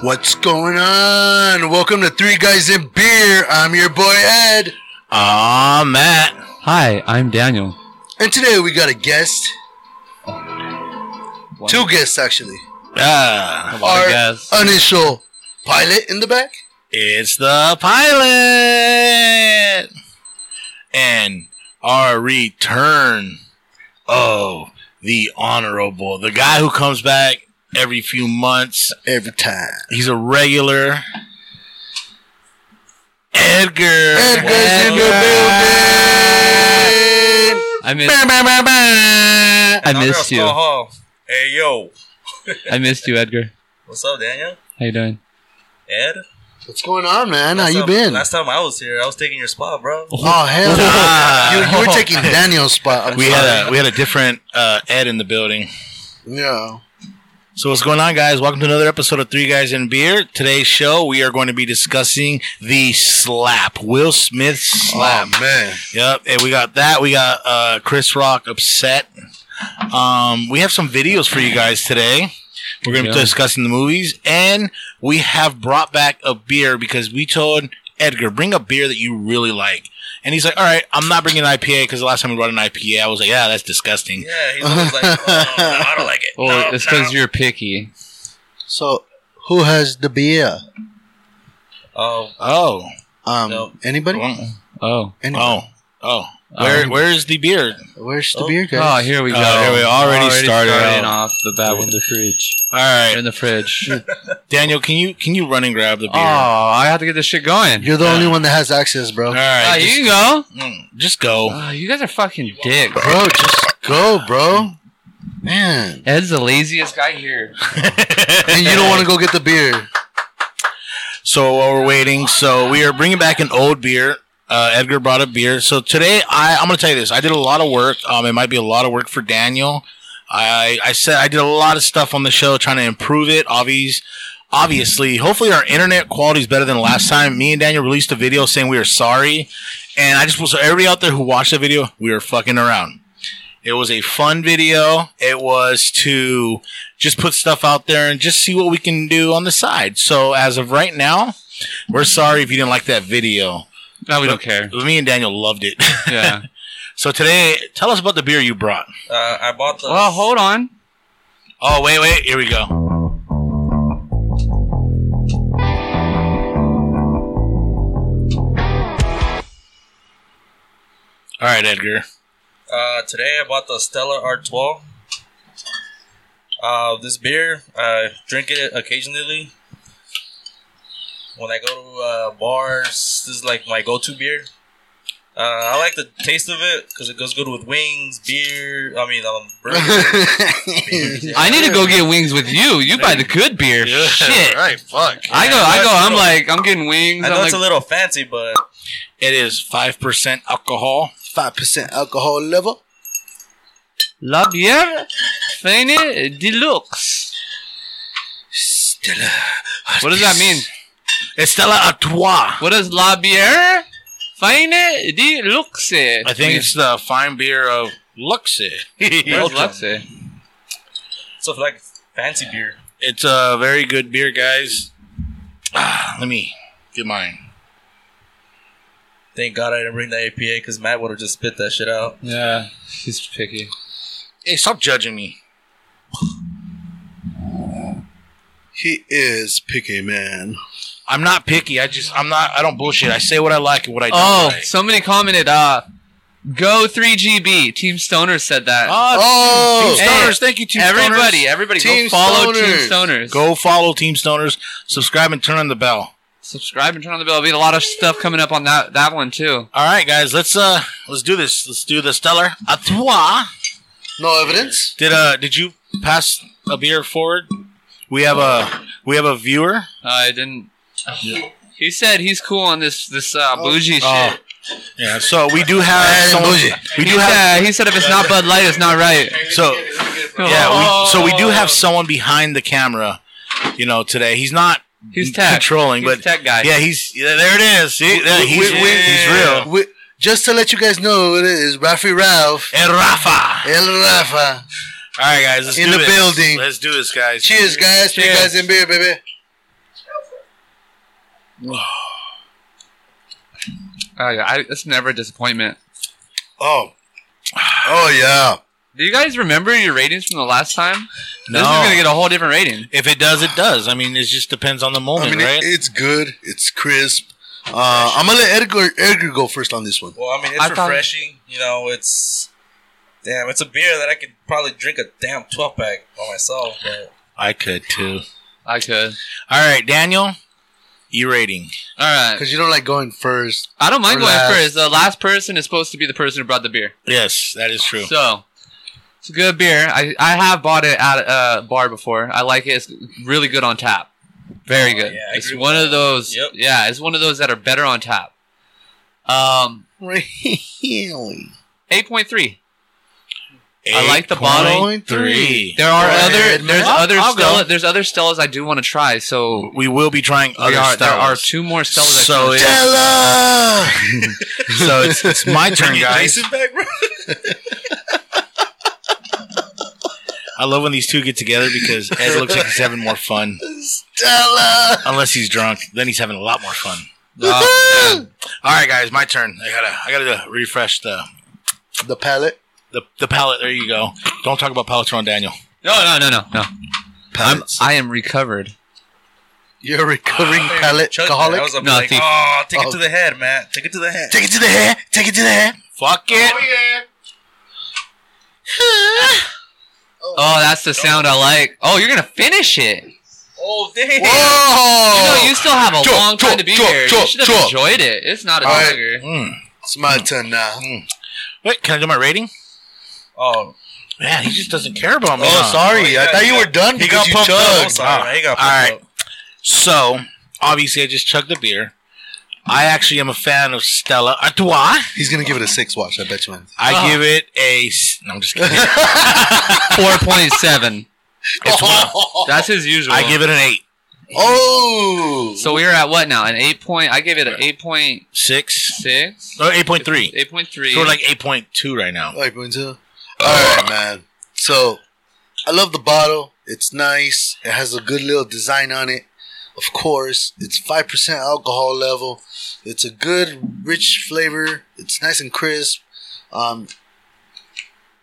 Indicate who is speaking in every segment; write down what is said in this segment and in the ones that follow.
Speaker 1: What's going on? Welcome to Three Guys in Beer. I'm your boy Ed.
Speaker 2: Ah, Matt.
Speaker 3: Hi, I'm Daniel.
Speaker 1: And today we got a guest. Two guests, actually.
Speaker 2: Ah,
Speaker 1: Our
Speaker 3: guests.
Speaker 1: initial pilot in the back.
Speaker 2: it's the pilot. And our return of the honorable, the guy who comes back every few months.
Speaker 1: Every time.
Speaker 2: He's a regular. Edgar.
Speaker 1: Edgar's in
Speaker 2: Edgar.
Speaker 1: the building.
Speaker 3: I miss, I
Speaker 4: Now
Speaker 3: missed
Speaker 4: girls
Speaker 3: you.
Speaker 4: go home. Hey yo,
Speaker 3: I missed you, Edgar.
Speaker 4: what's up, Daniel?
Speaker 3: How you doing?
Speaker 4: Ed?
Speaker 1: What's going on, man? How
Speaker 4: Last
Speaker 1: you
Speaker 4: time-
Speaker 1: been?
Speaker 4: Last time I was here, I was taking your spot, bro.
Speaker 1: Oh hell
Speaker 2: Ah.
Speaker 1: no! You, you were taking Daniel's spot. I'm
Speaker 2: We
Speaker 1: sorry.
Speaker 2: had a we had a different uh, Ed in the building.
Speaker 1: yeah.
Speaker 2: So what's going on, guys? Welcome to another episode of Three Guys in Beer. Today's show, we are going to be discussing the slap, Will Smith slap.
Speaker 1: Oh, man.
Speaker 2: Yep, and we got that. We got uh, Chris Rock upset. Um, we have some videos for you guys today. We're going to be
Speaker 3: Yeah.
Speaker 2: discussing the movies, and we have brought back a beer because we told Edgar bring a beer that you really like, and he's like, "All right, I'm not bringing an IPA because the last time we brought an IPA, I was like, yeah, that's disgusting."
Speaker 4: Yeah, he was always like, oh, no, I don't like it.
Speaker 3: Well,
Speaker 4: no,
Speaker 3: it's
Speaker 4: no."
Speaker 3: because you're picky.
Speaker 1: So, who has the beer?
Speaker 4: Oh,
Speaker 2: Oh,
Speaker 1: Um,
Speaker 4: No.
Speaker 1: anybody?
Speaker 2: oh,
Speaker 3: Oh.
Speaker 1: Any-
Speaker 2: oh, where
Speaker 3: Um,
Speaker 2: where is the beer?
Speaker 1: Where's the
Speaker 4: Oh.
Speaker 1: beer, guys?
Speaker 3: Oh, here we go.
Speaker 2: Oh, here we already started out.
Speaker 3: off the bat with the fridge.
Speaker 2: All right,
Speaker 3: In the fridge. oh,
Speaker 2: Daniel, can you can you run and grab the beer?
Speaker 3: I have to get this shit going.
Speaker 1: You're the only one that has access, bro.
Speaker 2: All
Speaker 3: Ah,
Speaker 2: right,
Speaker 3: you
Speaker 2: just,
Speaker 3: can go.
Speaker 2: mm, just go.
Speaker 3: Ah, you guys are fucking dicks.
Speaker 1: Bro, just go, bro. Man.
Speaker 3: Ed's the laziest guy here.
Speaker 1: And you don't want to go get the beer.
Speaker 2: So while we're waiting, so we are bringing back an old beer. Uh, Edgar brought a beer. So today, I, I'm going to tell you this. I did a lot of work. Um, it might be a lot of work for Daniel. I, I said I did a lot of stuff on the show trying to improve it. Obvious, obviously, hopefully our internet quality is better than last time. Me and Daniel released a video saying we are sorry, and I just want so everybody out there who watched the video, we were fucking around. It was a fun video. It was to just put stuff out there and just see what we can do on the side. So as of right now, we're sorry if you didn't like that video.
Speaker 3: No, we don't care.
Speaker 2: Me and Daniel loved it.
Speaker 3: Yeah.
Speaker 2: so today, tell us about the beer you brought.
Speaker 4: uh, I bought the.
Speaker 3: well, hold on.
Speaker 2: Oh wait, wait, here we go. All right, Edgar.
Speaker 4: Uh, today I bought the Stella Artois. Uh, this beer, I drink it occasionally. When I go to uh, bars, this is like my go-to beer. Uh, I like the taste of it because it goes good with wings, beer. I mean, um, burgers.
Speaker 3: I need to go get wings with you. You buy the good beer. Shit.
Speaker 2: Right. Fuck.
Speaker 3: I go, I go, I'm like, I'm getting wings.
Speaker 4: I
Speaker 3: I'm
Speaker 4: know
Speaker 3: like,
Speaker 4: it's a little fancy, but
Speaker 2: It is five percent alcohol.
Speaker 1: 5% alcohol level.
Speaker 3: La bière fine deluxe.
Speaker 1: Stella.
Speaker 3: What does that mean?
Speaker 2: It's Stella Artois.
Speaker 3: What does la bière fine deluxe?
Speaker 2: I think it's the fine beer of Luxe.
Speaker 3: Where's
Speaker 2: it's
Speaker 3: Luxe?
Speaker 4: it's a, like fancy beer.
Speaker 2: a very good beer, guys. Ah, let me get mine.
Speaker 4: Thank God I didn't bring the APA because Matt would have just spit that shit out.
Speaker 3: Yeah, he's picky.
Speaker 2: Hey, stop judging me.
Speaker 1: He is picky, man.
Speaker 2: I'm not picky. I just I'm not. I don't bullshit. I say what I like and what I don't
Speaker 3: Oh,
Speaker 2: like.
Speaker 3: somebody commented, uh, go 3GB. Team Stoner said that.
Speaker 1: Oh!
Speaker 2: Team Stoners, thank you, Team
Speaker 3: everybody,
Speaker 2: Stoners.
Speaker 3: everybody,
Speaker 1: Team
Speaker 3: go follow Team
Speaker 1: Stoners.
Speaker 3: Stoners.
Speaker 2: Go follow Team Stoners. Subscribe and turn on the bell.
Speaker 3: subscribe and turn on the bell. There'll be a lot of stuff coming up on that that one too.
Speaker 2: All right, guys. Let's uh let's do this. Let's do the Stellar Artois.
Speaker 1: No evidence?
Speaker 2: Did uh did you pass a beer forward? We have a we have a viewer.
Speaker 3: I didn't. He said he's cool on this this uh, bougie
Speaker 2: Oh.
Speaker 3: shit.
Speaker 2: Yeah. So we do have
Speaker 1: Hey,
Speaker 2: someone,
Speaker 1: bougie.
Speaker 2: we do
Speaker 3: he,
Speaker 2: have
Speaker 3: said, he said if it's not Bud Light, it's not right.
Speaker 2: so yeah. We, so we do
Speaker 1: Oh.
Speaker 2: have someone behind the camera. You know, today he's not
Speaker 3: He's tech.
Speaker 2: controlling,
Speaker 3: He's
Speaker 2: but
Speaker 3: tech guy.
Speaker 2: yeah, he's yeah, there. It is. See, there- he's, he's real.
Speaker 1: We, just to let you guys know, it is Rafi Ralph,
Speaker 2: And Rafa.
Speaker 1: El Rafa.
Speaker 2: All right, guys. Let's
Speaker 1: In
Speaker 2: do
Speaker 1: the
Speaker 2: this.
Speaker 1: building.
Speaker 2: Let's do this, guys.
Speaker 1: Cheers, guys. Cheers.
Speaker 3: Cheers.
Speaker 1: guys in beer, baby.
Speaker 3: Oh yeah, I, it's never a disappointment.
Speaker 1: Oh, oh yeah.
Speaker 3: Do you guys remember your ratings from the last time?
Speaker 2: No.
Speaker 3: This is gonna get a whole different rating.
Speaker 2: If it does, it does. I mean, it just depends on the moment,
Speaker 1: I mean,
Speaker 2: right?
Speaker 1: it, it's good. It's crisp. Uh, I'm gonna let Edgar Edgar go first on this one.
Speaker 4: Well, I mean, it's
Speaker 3: I thought-
Speaker 4: refreshing. You know, it's damn, it's a beer that I could probably drink a damn twelve pack by myself. But
Speaker 2: I could too.
Speaker 3: I could.
Speaker 2: All right, Daniel, you rating?
Speaker 3: All right.
Speaker 1: Because you don't like going first.
Speaker 3: I don't mind
Speaker 1: Or
Speaker 3: going
Speaker 1: last.
Speaker 3: first. The last person is supposed to be the person who brought the beer.
Speaker 2: Yes, that is true.
Speaker 3: So it's a good beer. I, I have bought it at a bar before. I like it. It's really good on tap. Very
Speaker 4: Oh,
Speaker 3: good.
Speaker 4: yeah, I
Speaker 3: it's
Speaker 4: agree with
Speaker 3: one
Speaker 4: that.
Speaker 3: of those.
Speaker 4: Yep.
Speaker 3: Yeah, it's one of those that are better on tap. Um,
Speaker 1: Really?
Speaker 3: eight point three. I like the bottle.
Speaker 2: 8.3.
Speaker 3: There are
Speaker 1: Go
Speaker 3: other.
Speaker 1: ahead,
Speaker 3: There's
Speaker 2: man.
Speaker 3: other
Speaker 2: I'll
Speaker 3: Stella.
Speaker 2: go.
Speaker 3: There's other Stellas I do want to try. So
Speaker 2: We will be trying
Speaker 3: we
Speaker 2: other
Speaker 3: are,
Speaker 2: Stellas.
Speaker 3: there are two more Stellas. I
Speaker 2: So
Speaker 3: can-
Speaker 2: it-
Speaker 1: Stella.
Speaker 2: so it's, it's my turn, guys.
Speaker 4: Jason back, bro.
Speaker 2: I love when these two get together because Ed looks like he's having more fun.
Speaker 1: Stella.
Speaker 2: Unless he's drunk, then he's having a lot more fun.
Speaker 3: Oh, man.
Speaker 2: All right, guys, my turn. I gotta, I gotta refresh the
Speaker 1: The palette.
Speaker 2: the, the palette. There you go. Don't talk about palettes on Daniel.
Speaker 3: no, no, no, no, no. I'm,
Speaker 1: Palettes.
Speaker 3: I am recovered.
Speaker 1: You're a recovering palette
Speaker 4: Chugging it. I
Speaker 1: alcoholic.
Speaker 4: Ah, was up
Speaker 3: No,
Speaker 4: like,
Speaker 3: thief.
Speaker 4: oh, take
Speaker 1: Oh.
Speaker 4: it to the head, man. Take it to the head.
Speaker 1: Take it to the head. Take it to the head.
Speaker 2: Fuck it.
Speaker 3: Oh, that's the sound I like. Oh, you're gonna finish it.
Speaker 4: Oh damn!
Speaker 3: No,
Speaker 1: Whoa!
Speaker 2: Oh.
Speaker 3: you still have a
Speaker 1: Chop,
Speaker 3: long time
Speaker 1: chop,
Speaker 3: to be
Speaker 1: chop,
Speaker 3: here. you
Speaker 1: chop,
Speaker 3: should have
Speaker 1: chop.
Speaker 3: enjoyed it. It's not a
Speaker 1: All right.
Speaker 3: lager.
Speaker 2: Mm.
Speaker 1: it's my turn now.
Speaker 2: Wait, can I do my rating?
Speaker 4: Oh,
Speaker 2: Man, he just doesn't care about me.
Speaker 1: Oh,
Speaker 2: huh?
Speaker 1: sorry.
Speaker 4: yeah,
Speaker 1: I thought you
Speaker 4: yeah.
Speaker 1: were done
Speaker 2: He
Speaker 1: because
Speaker 2: got
Speaker 1: you
Speaker 2: pumped up.
Speaker 4: oh,
Speaker 1: chugged.
Speaker 4: sorry, man. He got
Speaker 2: All right.
Speaker 4: fucked up.
Speaker 2: So, obviously, I just chugged the beer. I actually am a fan of Stella Artois.
Speaker 1: He's gonna give it a six watch. I bet you, man.
Speaker 2: I
Speaker 3: Oh.
Speaker 2: give it a. s- No, I'm just kidding.
Speaker 3: Four point seven.
Speaker 2: It's one.
Speaker 3: That's his usual.
Speaker 2: I give it an eight,
Speaker 1: Oh,
Speaker 3: So we are at what now? An eight point. I gave it an eight point
Speaker 2: six,
Speaker 3: six.
Speaker 2: or eight point three.
Speaker 3: Eight point three.
Speaker 2: So we're like eight point two right now.
Speaker 1: like one two. All right, man. So, I love the bottle. It's nice. It has a good little design on it. Of course, it's five percent alcohol level. It's a good, rich flavor. It's nice and crisp. Um,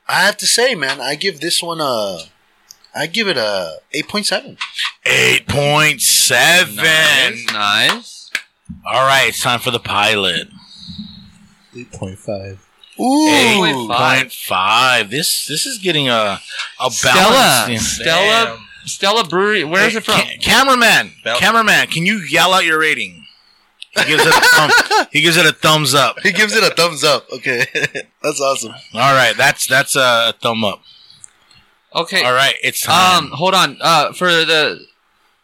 Speaker 1: I have to say, man, I give this one a. I give it a eight point seven.
Speaker 2: Eight point seven.
Speaker 3: nice. nice.
Speaker 2: All right, it's time for the pilot.
Speaker 1: Ooh,
Speaker 2: Eight
Speaker 3: 8.5.
Speaker 2: point five. This this is getting a a balance.
Speaker 3: Stella.
Speaker 2: Yeah.
Speaker 3: Stella.
Speaker 4: Damn.
Speaker 3: Stella Brewery. Where is
Speaker 2: Hey,
Speaker 3: it from?
Speaker 2: ca- cameraman,
Speaker 4: Bel-
Speaker 2: cameraman, can you yell out your rating? He gives it a thumb, he gives it a thumbs up.
Speaker 1: he gives it a thumbs up. Okay, that's awesome.
Speaker 2: All right, that's that's a thumb up.
Speaker 3: Okay.
Speaker 2: All right, it's time.
Speaker 3: Um, hold on. Uh, for the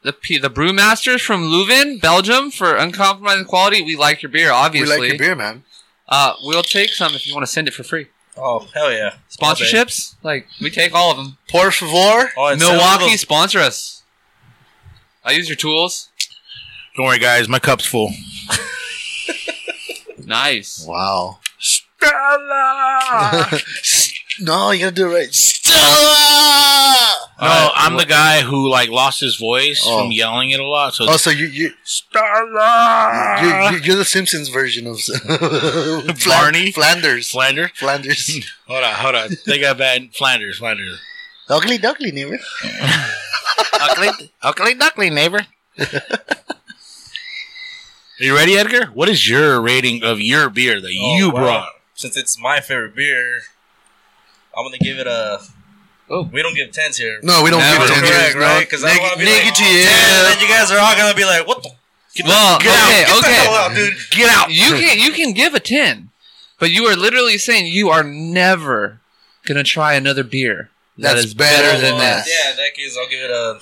Speaker 3: the P- the brewmasters from Leuven, Belgium, for uncompromising quality, we like your beer. Obviously,
Speaker 1: We like your beer, man.
Speaker 3: Uh, we'll take some if you want to send it for free.
Speaker 4: Oh hell yeah!
Speaker 3: Sponsorships, like we take all of them.
Speaker 1: Por favor.
Speaker 4: Oh, and
Speaker 3: Milwaukee,
Speaker 4: Seven
Speaker 3: sponsor us. I use your tools.
Speaker 2: Don't worry, guys, my cup's full.
Speaker 3: Nice.
Speaker 1: Wow.
Speaker 2: Stella.
Speaker 1: No, you gotta do it right. Stella.
Speaker 2: No, I'm the guy who like lost his voice
Speaker 1: Oh.
Speaker 2: from yelling it a lot. So
Speaker 1: Oh, so you you
Speaker 2: Stella.
Speaker 1: you you- you're the Simpsons version of Flan-
Speaker 2: Barney?
Speaker 1: Flanders.
Speaker 2: Flander.
Speaker 1: Flanders.
Speaker 2: Hold on, hold on. They got bad Flanders, Flanders.
Speaker 1: Ugly duckly neighbor.
Speaker 2: Ugly, ugly, duckly neighbor. Are you ready, Edgar? What is your rating of your beer that
Speaker 4: Oh,
Speaker 2: you
Speaker 4: wow.
Speaker 2: brought?
Speaker 4: Since it's my favorite beer, I'm gonna give it a.
Speaker 3: Oh.
Speaker 4: We don't give tens here.
Speaker 1: No, we don't
Speaker 3: Never.
Speaker 1: give
Speaker 4: Correct,
Speaker 1: tenders.
Speaker 4: right?
Speaker 1: No.
Speaker 4: 'Cause I don't wanna be like,
Speaker 1: negative.
Speaker 4: "Oh, damn," and then you guys are all gonna be like, "What the?
Speaker 3: Well,
Speaker 2: get out,
Speaker 3: okay,
Speaker 4: Get the hell
Speaker 3: okay.
Speaker 4: out, dude!"
Speaker 2: Get out!
Speaker 3: You can you can give a ten, but you are literally saying you are never gonna try another beer. that
Speaker 1: That's
Speaker 3: is better
Speaker 1: better
Speaker 3: than
Speaker 1: than
Speaker 3: that.
Speaker 4: uh, Yeah, in that case, I'll give it a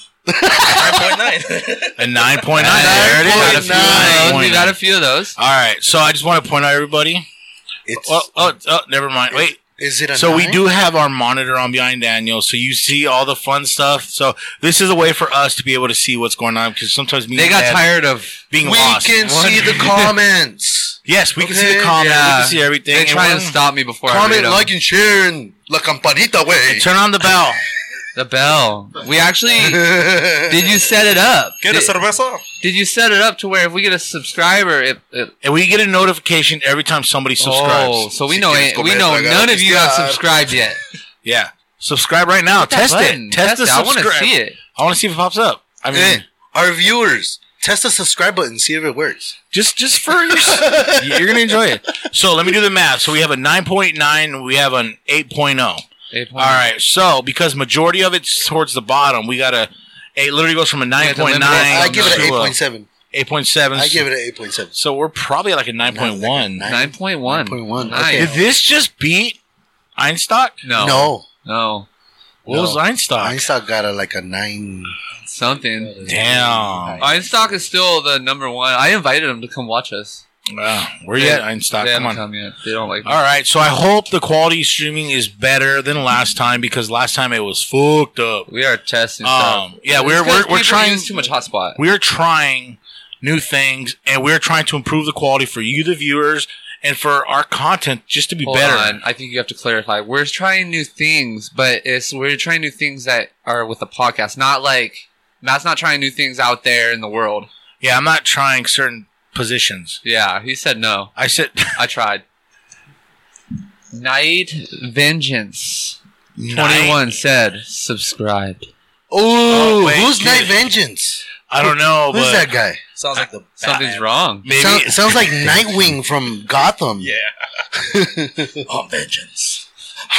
Speaker 4: nine point nine.
Speaker 2: A nine point nine. There it
Speaker 3: We
Speaker 1: Nine
Speaker 3: got a few of
Speaker 2: is.
Speaker 3: those. We
Speaker 2: 9.9.
Speaker 3: got a few of those.
Speaker 2: All right, so I just want to point out everybody.
Speaker 1: It's,
Speaker 2: Oh, oh, oh never mind. Wait,
Speaker 1: is it a
Speaker 2: so we
Speaker 1: nine?
Speaker 2: do have our monitor on behind Daniel, so you see all the fun stuff. So this is a way for us to be able to see what's going on because sometimes me
Speaker 3: They
Speaker 2: and
Speaker 3: got
Speaker 2: Ed
Speaker 3: tired of
Speaker 2: being
Speaker 1: We
Speaker 2: lost.
Speaker 1: can see the comments.
Speaker 2: Yes, we can see
Speaker 1: Okay.
Speaker 2: the comments. We
Speaker 3: Yeah.
Speaker 2: can see everything.
Speaker 3: They
Speaker 2: And
Speaker 3: try
Speaker 2: we're-
Speaker 3: and stop me before I read
Speaker 1: Comment,
Speaker 3: 'em.
Speaker 1: like, and share in La Campanita way.
Speaker 2: Turn on the bell.
Speaker 3: The bell. We actually did
Speaker 1: Did
Speaker 3: you set it up?
Speaker 4: Get a
Speaker 3: Did,
Speaker 4: cerveza?
Speaker 3: did you set it up to where if we get a subscriber, it, it
Speaker 2: And we get a notification every time somebody subscribes.
Speaker 3: Oh, so we
Speaker 1: Si
Speaker 3: know
Speaker 1: quieres
Speaker 3: it, we
Speaker 1: comer
Speaker 3: know
Speaker 1: tragado,
Speaker 3: none of you have
Speaker 1: pistear.
Speaker 3: subscribed yet.
Speaker 2: Yeah. Subscribe right now.
Speaker 3: Hit that
Speaker 2: Test
Speaker 3: button.
Speaker 2: it. Test, the
Speaker 3: it. I want to
Speaker 2: subscribe.
Speaker 3: see it.
Speaker 2: I want to see if it pops up. I mean,
Speaker 1: Hey, Eh, our viewers test the subscribe button, see if it works.
Speaker 2: just just for your, you're gonna enjoy it. So let me do the math. So we have a 9.9. We have an 8.0. All
Speaker 3: Eight point-
Speaker 2: right. So because majority of it's towards the bottom, we got a. It literally goes from a
Speaker 3: have to limit it.
Speaker 2: 9.9.
Speaker 1: I give it an
Speaker 2: to
Speaker 1: eight point seven.
Speaker 2: 8.7.
Speaker 1: I give it an eight point seven.
Speaker 2: So we're probably at like a
Speaker 1: Nine.
Speaker 2: 9.1.
Speaker 3: Nine point one.
Speaker 1: 9.1,
Speaker 3: Nice.
Speaker 2: Did this just beat Einstock?
Speaker 3: No.
Speaker 1: No,
Speaker 3: No.
Speaker 2: What was
Speaker 1: No.
Speaker 2: Einstock?
Speaker 1: Einstein got a like a nine.
Speaker 3: Something.
Speaker 2: Damn.
Speaker 3: Einstock is still the number one. I invited him to come watch us.
Speaker 2: Wow. Where you at, Einstock?
Speaker 3: They
Speaker 2: Come
Speaker 3: haven't
Speaker 2: on.
Speaker 3: come yet. They don't like.
Speaker 2: All right, so I hope the quality of streaming is better than last time because last time it was fucked up.
Speaker 3: We are testing stuff.
Speaker 2: Um, yeah, we're
Speaker 3: It's 'cause
Speaker 2: we're, we're
Speaker 3: people
Speaker 2: trying
Speaker 3: use too much hotspot.
Speaker 2: We're trying new things and we're trying to improve the quality for you, the viewers, and for our content just to be
Speaker 3: Hold
Speaker 2: better.
Speaker 3: on. I think you have to clarify. We're trying new things, but it's we're trying new things that are with the podcast, not like Matt's not trying new things out there in the world.
Speaker 2: Yeah, I'm not trying certain positions.
Speaker 3: Yeah, he said no.
Speaker 2: I said
Speaker 3: I tried. Night Vengeance Twenty
Speaker 2: 21.
Speaker 3: One said subscribed.
Speaker 1: Oh,
Speaker 2: wait,
Speaker 1: who's
Speaker 2: dude.
Speaker 1: Night Vengeance?
Speaker 2: I don't know,
Speaker 1: who's
Speaker 2: but
Speaker 1: that guy?
Speaker 4: Sounds like the
Speaker 3: Something's
Speaker 4: Batman.
Speaker 3: wrong.
Speaker 2: maybe
Speaker 1: Sound- sounds like Nightwing from Gotham.
Speaker 4: Yeah. On vengeance.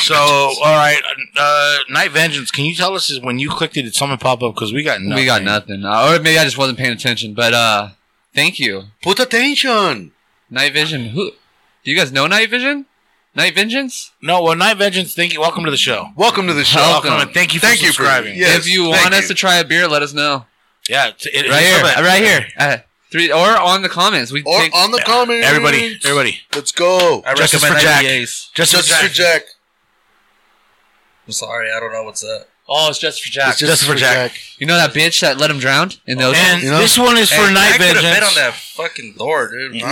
Speaker 2: so. All right, uh, Night Vengeance. Can you tell us is when you clicked it? Did something pop up? Because we got nothing.
Speaker 3: We got nothing. Uh, or maybe I just wasn't paying attention. But uh, thank you,
Speaker 1: Put attention.
Speaker 3: Night Vision. Who? Do you guys know Night Vision? Night Vengeance.
Speaker 2: No, well, Night Vengeance. Thank you. Welcome to the show.
Speaker 1: Welcome to the show.
Speaker 2: Welcome.
Speaker 3: Welcome.
Speaker 2: and thank you for
Speaker 1: Thank you for-
Speaker 2: subscribing.
Speaker 1: yeah. Yes,
Speaker 3: if you
Speaker 1: thank
Speaker 3: want us
Speaker 1: you.
Speaker 3: to try a beer, let us know.
Speaker 2: yeah it's- it-
Speaker 3: right
Speaker 2: it's
Speaker 3: here,
Speaker 2: not bad.
Speaker 3: right here. Uh, three or on the comments. We
Speaker 1: Or
Speaker 3: take-
Speaker 1: on the comments.
Speaker 2: Everybody, everybody.
Speaker 1: Let's go.
Speaker 4: I
Speaker 2: Justice
Speaker 4: recommend
Speaker 2: for Jack.
Speaker 4: IPAs.
Speaker 2: Just,
Speaker 1: Justice
Speaker 2: for
Speaker 1: for
Speaker 2: Jack.
Speaker 1: Jack.
Speaker 4: I'm sorry, I don't know what's up.
Speaker 3: oh, it's just for Jack.
Speaker 1: It's just
Speaker 2: Justice for Jack.
Speaker 3: you know that bitch that let him drown in the ocean.
Speaker 2: And
Speaker 1: You know?
Speaker 2: this one is for
Speaker 4: Hey, I
Speaker 2: Night
Speaker 4: could have bet on
Speaker 2: Vengeance.
Speaker 4: that fucking door, dude.
Speaker 1: Yeah,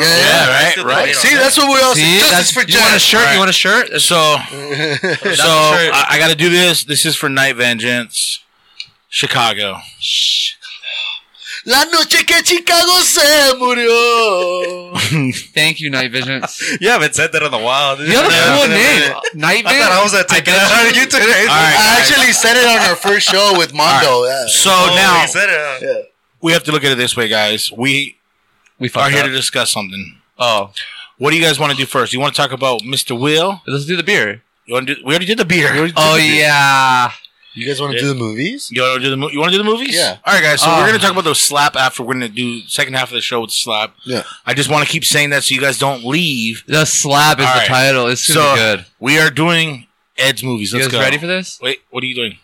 Speaker 2: right, right.
Speaker 1: See, that's what we all
Speaker 3: See,
Speaker 1: say. Justice
Speaker 3: that's
Speaker 1: for
Speaker 3: You want a
Speaker 1: Jack.
Speaker 3: shirt? You want a shirt?
Speaker 2: So,
Speaker 1: That's
Speaker 2: so
Speaker 3: the shirt.
Speaker 2: I, I got to do this. This is for Night Vengeance, Chicago.
Speaker 1: La noche que Chicago se murió.
Speaker 3: Thank you, Night Visions.
Speaker 4: You haven't said that in a while. dude.
Speaker 3: You have a
Speaker 4: Yeah.
Speaker 3: cool
Speaker 4: Yeah.
Speaker 3: name, Night
Speaker 4: I
Speaker 3: Vision.
Speaker 4: thought I was at Takeda. You today.
Speaker 2: All right.
Speaker 1: I actually said it on our first show with Mondo. yeah.
Speaker 2: So
Speaker 4: Oh,
Speaker 2: now
Speaker 4: he said it. huh?
Speaker 2: we have to look at it this way, guys. We
Speaker 3: we
Speaker 2: are
Speaker 3: fucked
Speaker 2: here
Speaker 3: up.
Speaker 2: to discuss something.
Speaker 3: Oh,
Speaker 2: What do you guys want to do first? You want to talk about Mr. Will?
Speaker 3: let's do the beer.
Speaker 2: You want to do? We already did the beer.
Speaker 3: Oh yeah.
Speaker 1: You guys want to do the movies?
Speaker 2: You want to do the mo- you want to do the movies?
Speaker 1: Yeah.
Speaker 2: All right, guys. So
Speaker 3: Ah.
Speaker 2: we're gonna talk about those slap after. We're gonna do second half of the show with slap.
Speaker 1: Yeah.
Speaker 2: I just want to keep saying that so you guys don't leave.
Speaker 3: The slap is
Speaker 2: All right.
Speaker 3: the title. It's super
Speaker 2: So,
Speaker 3: good.
Speaker 2: We are doing Ed's movies.
Speaker 3: You
Speaker 2: Let's
Speaker 3: guys
Speaker 2: go.
Speaker 3: ready for this?
Speaker 2: Wait, what are you doing?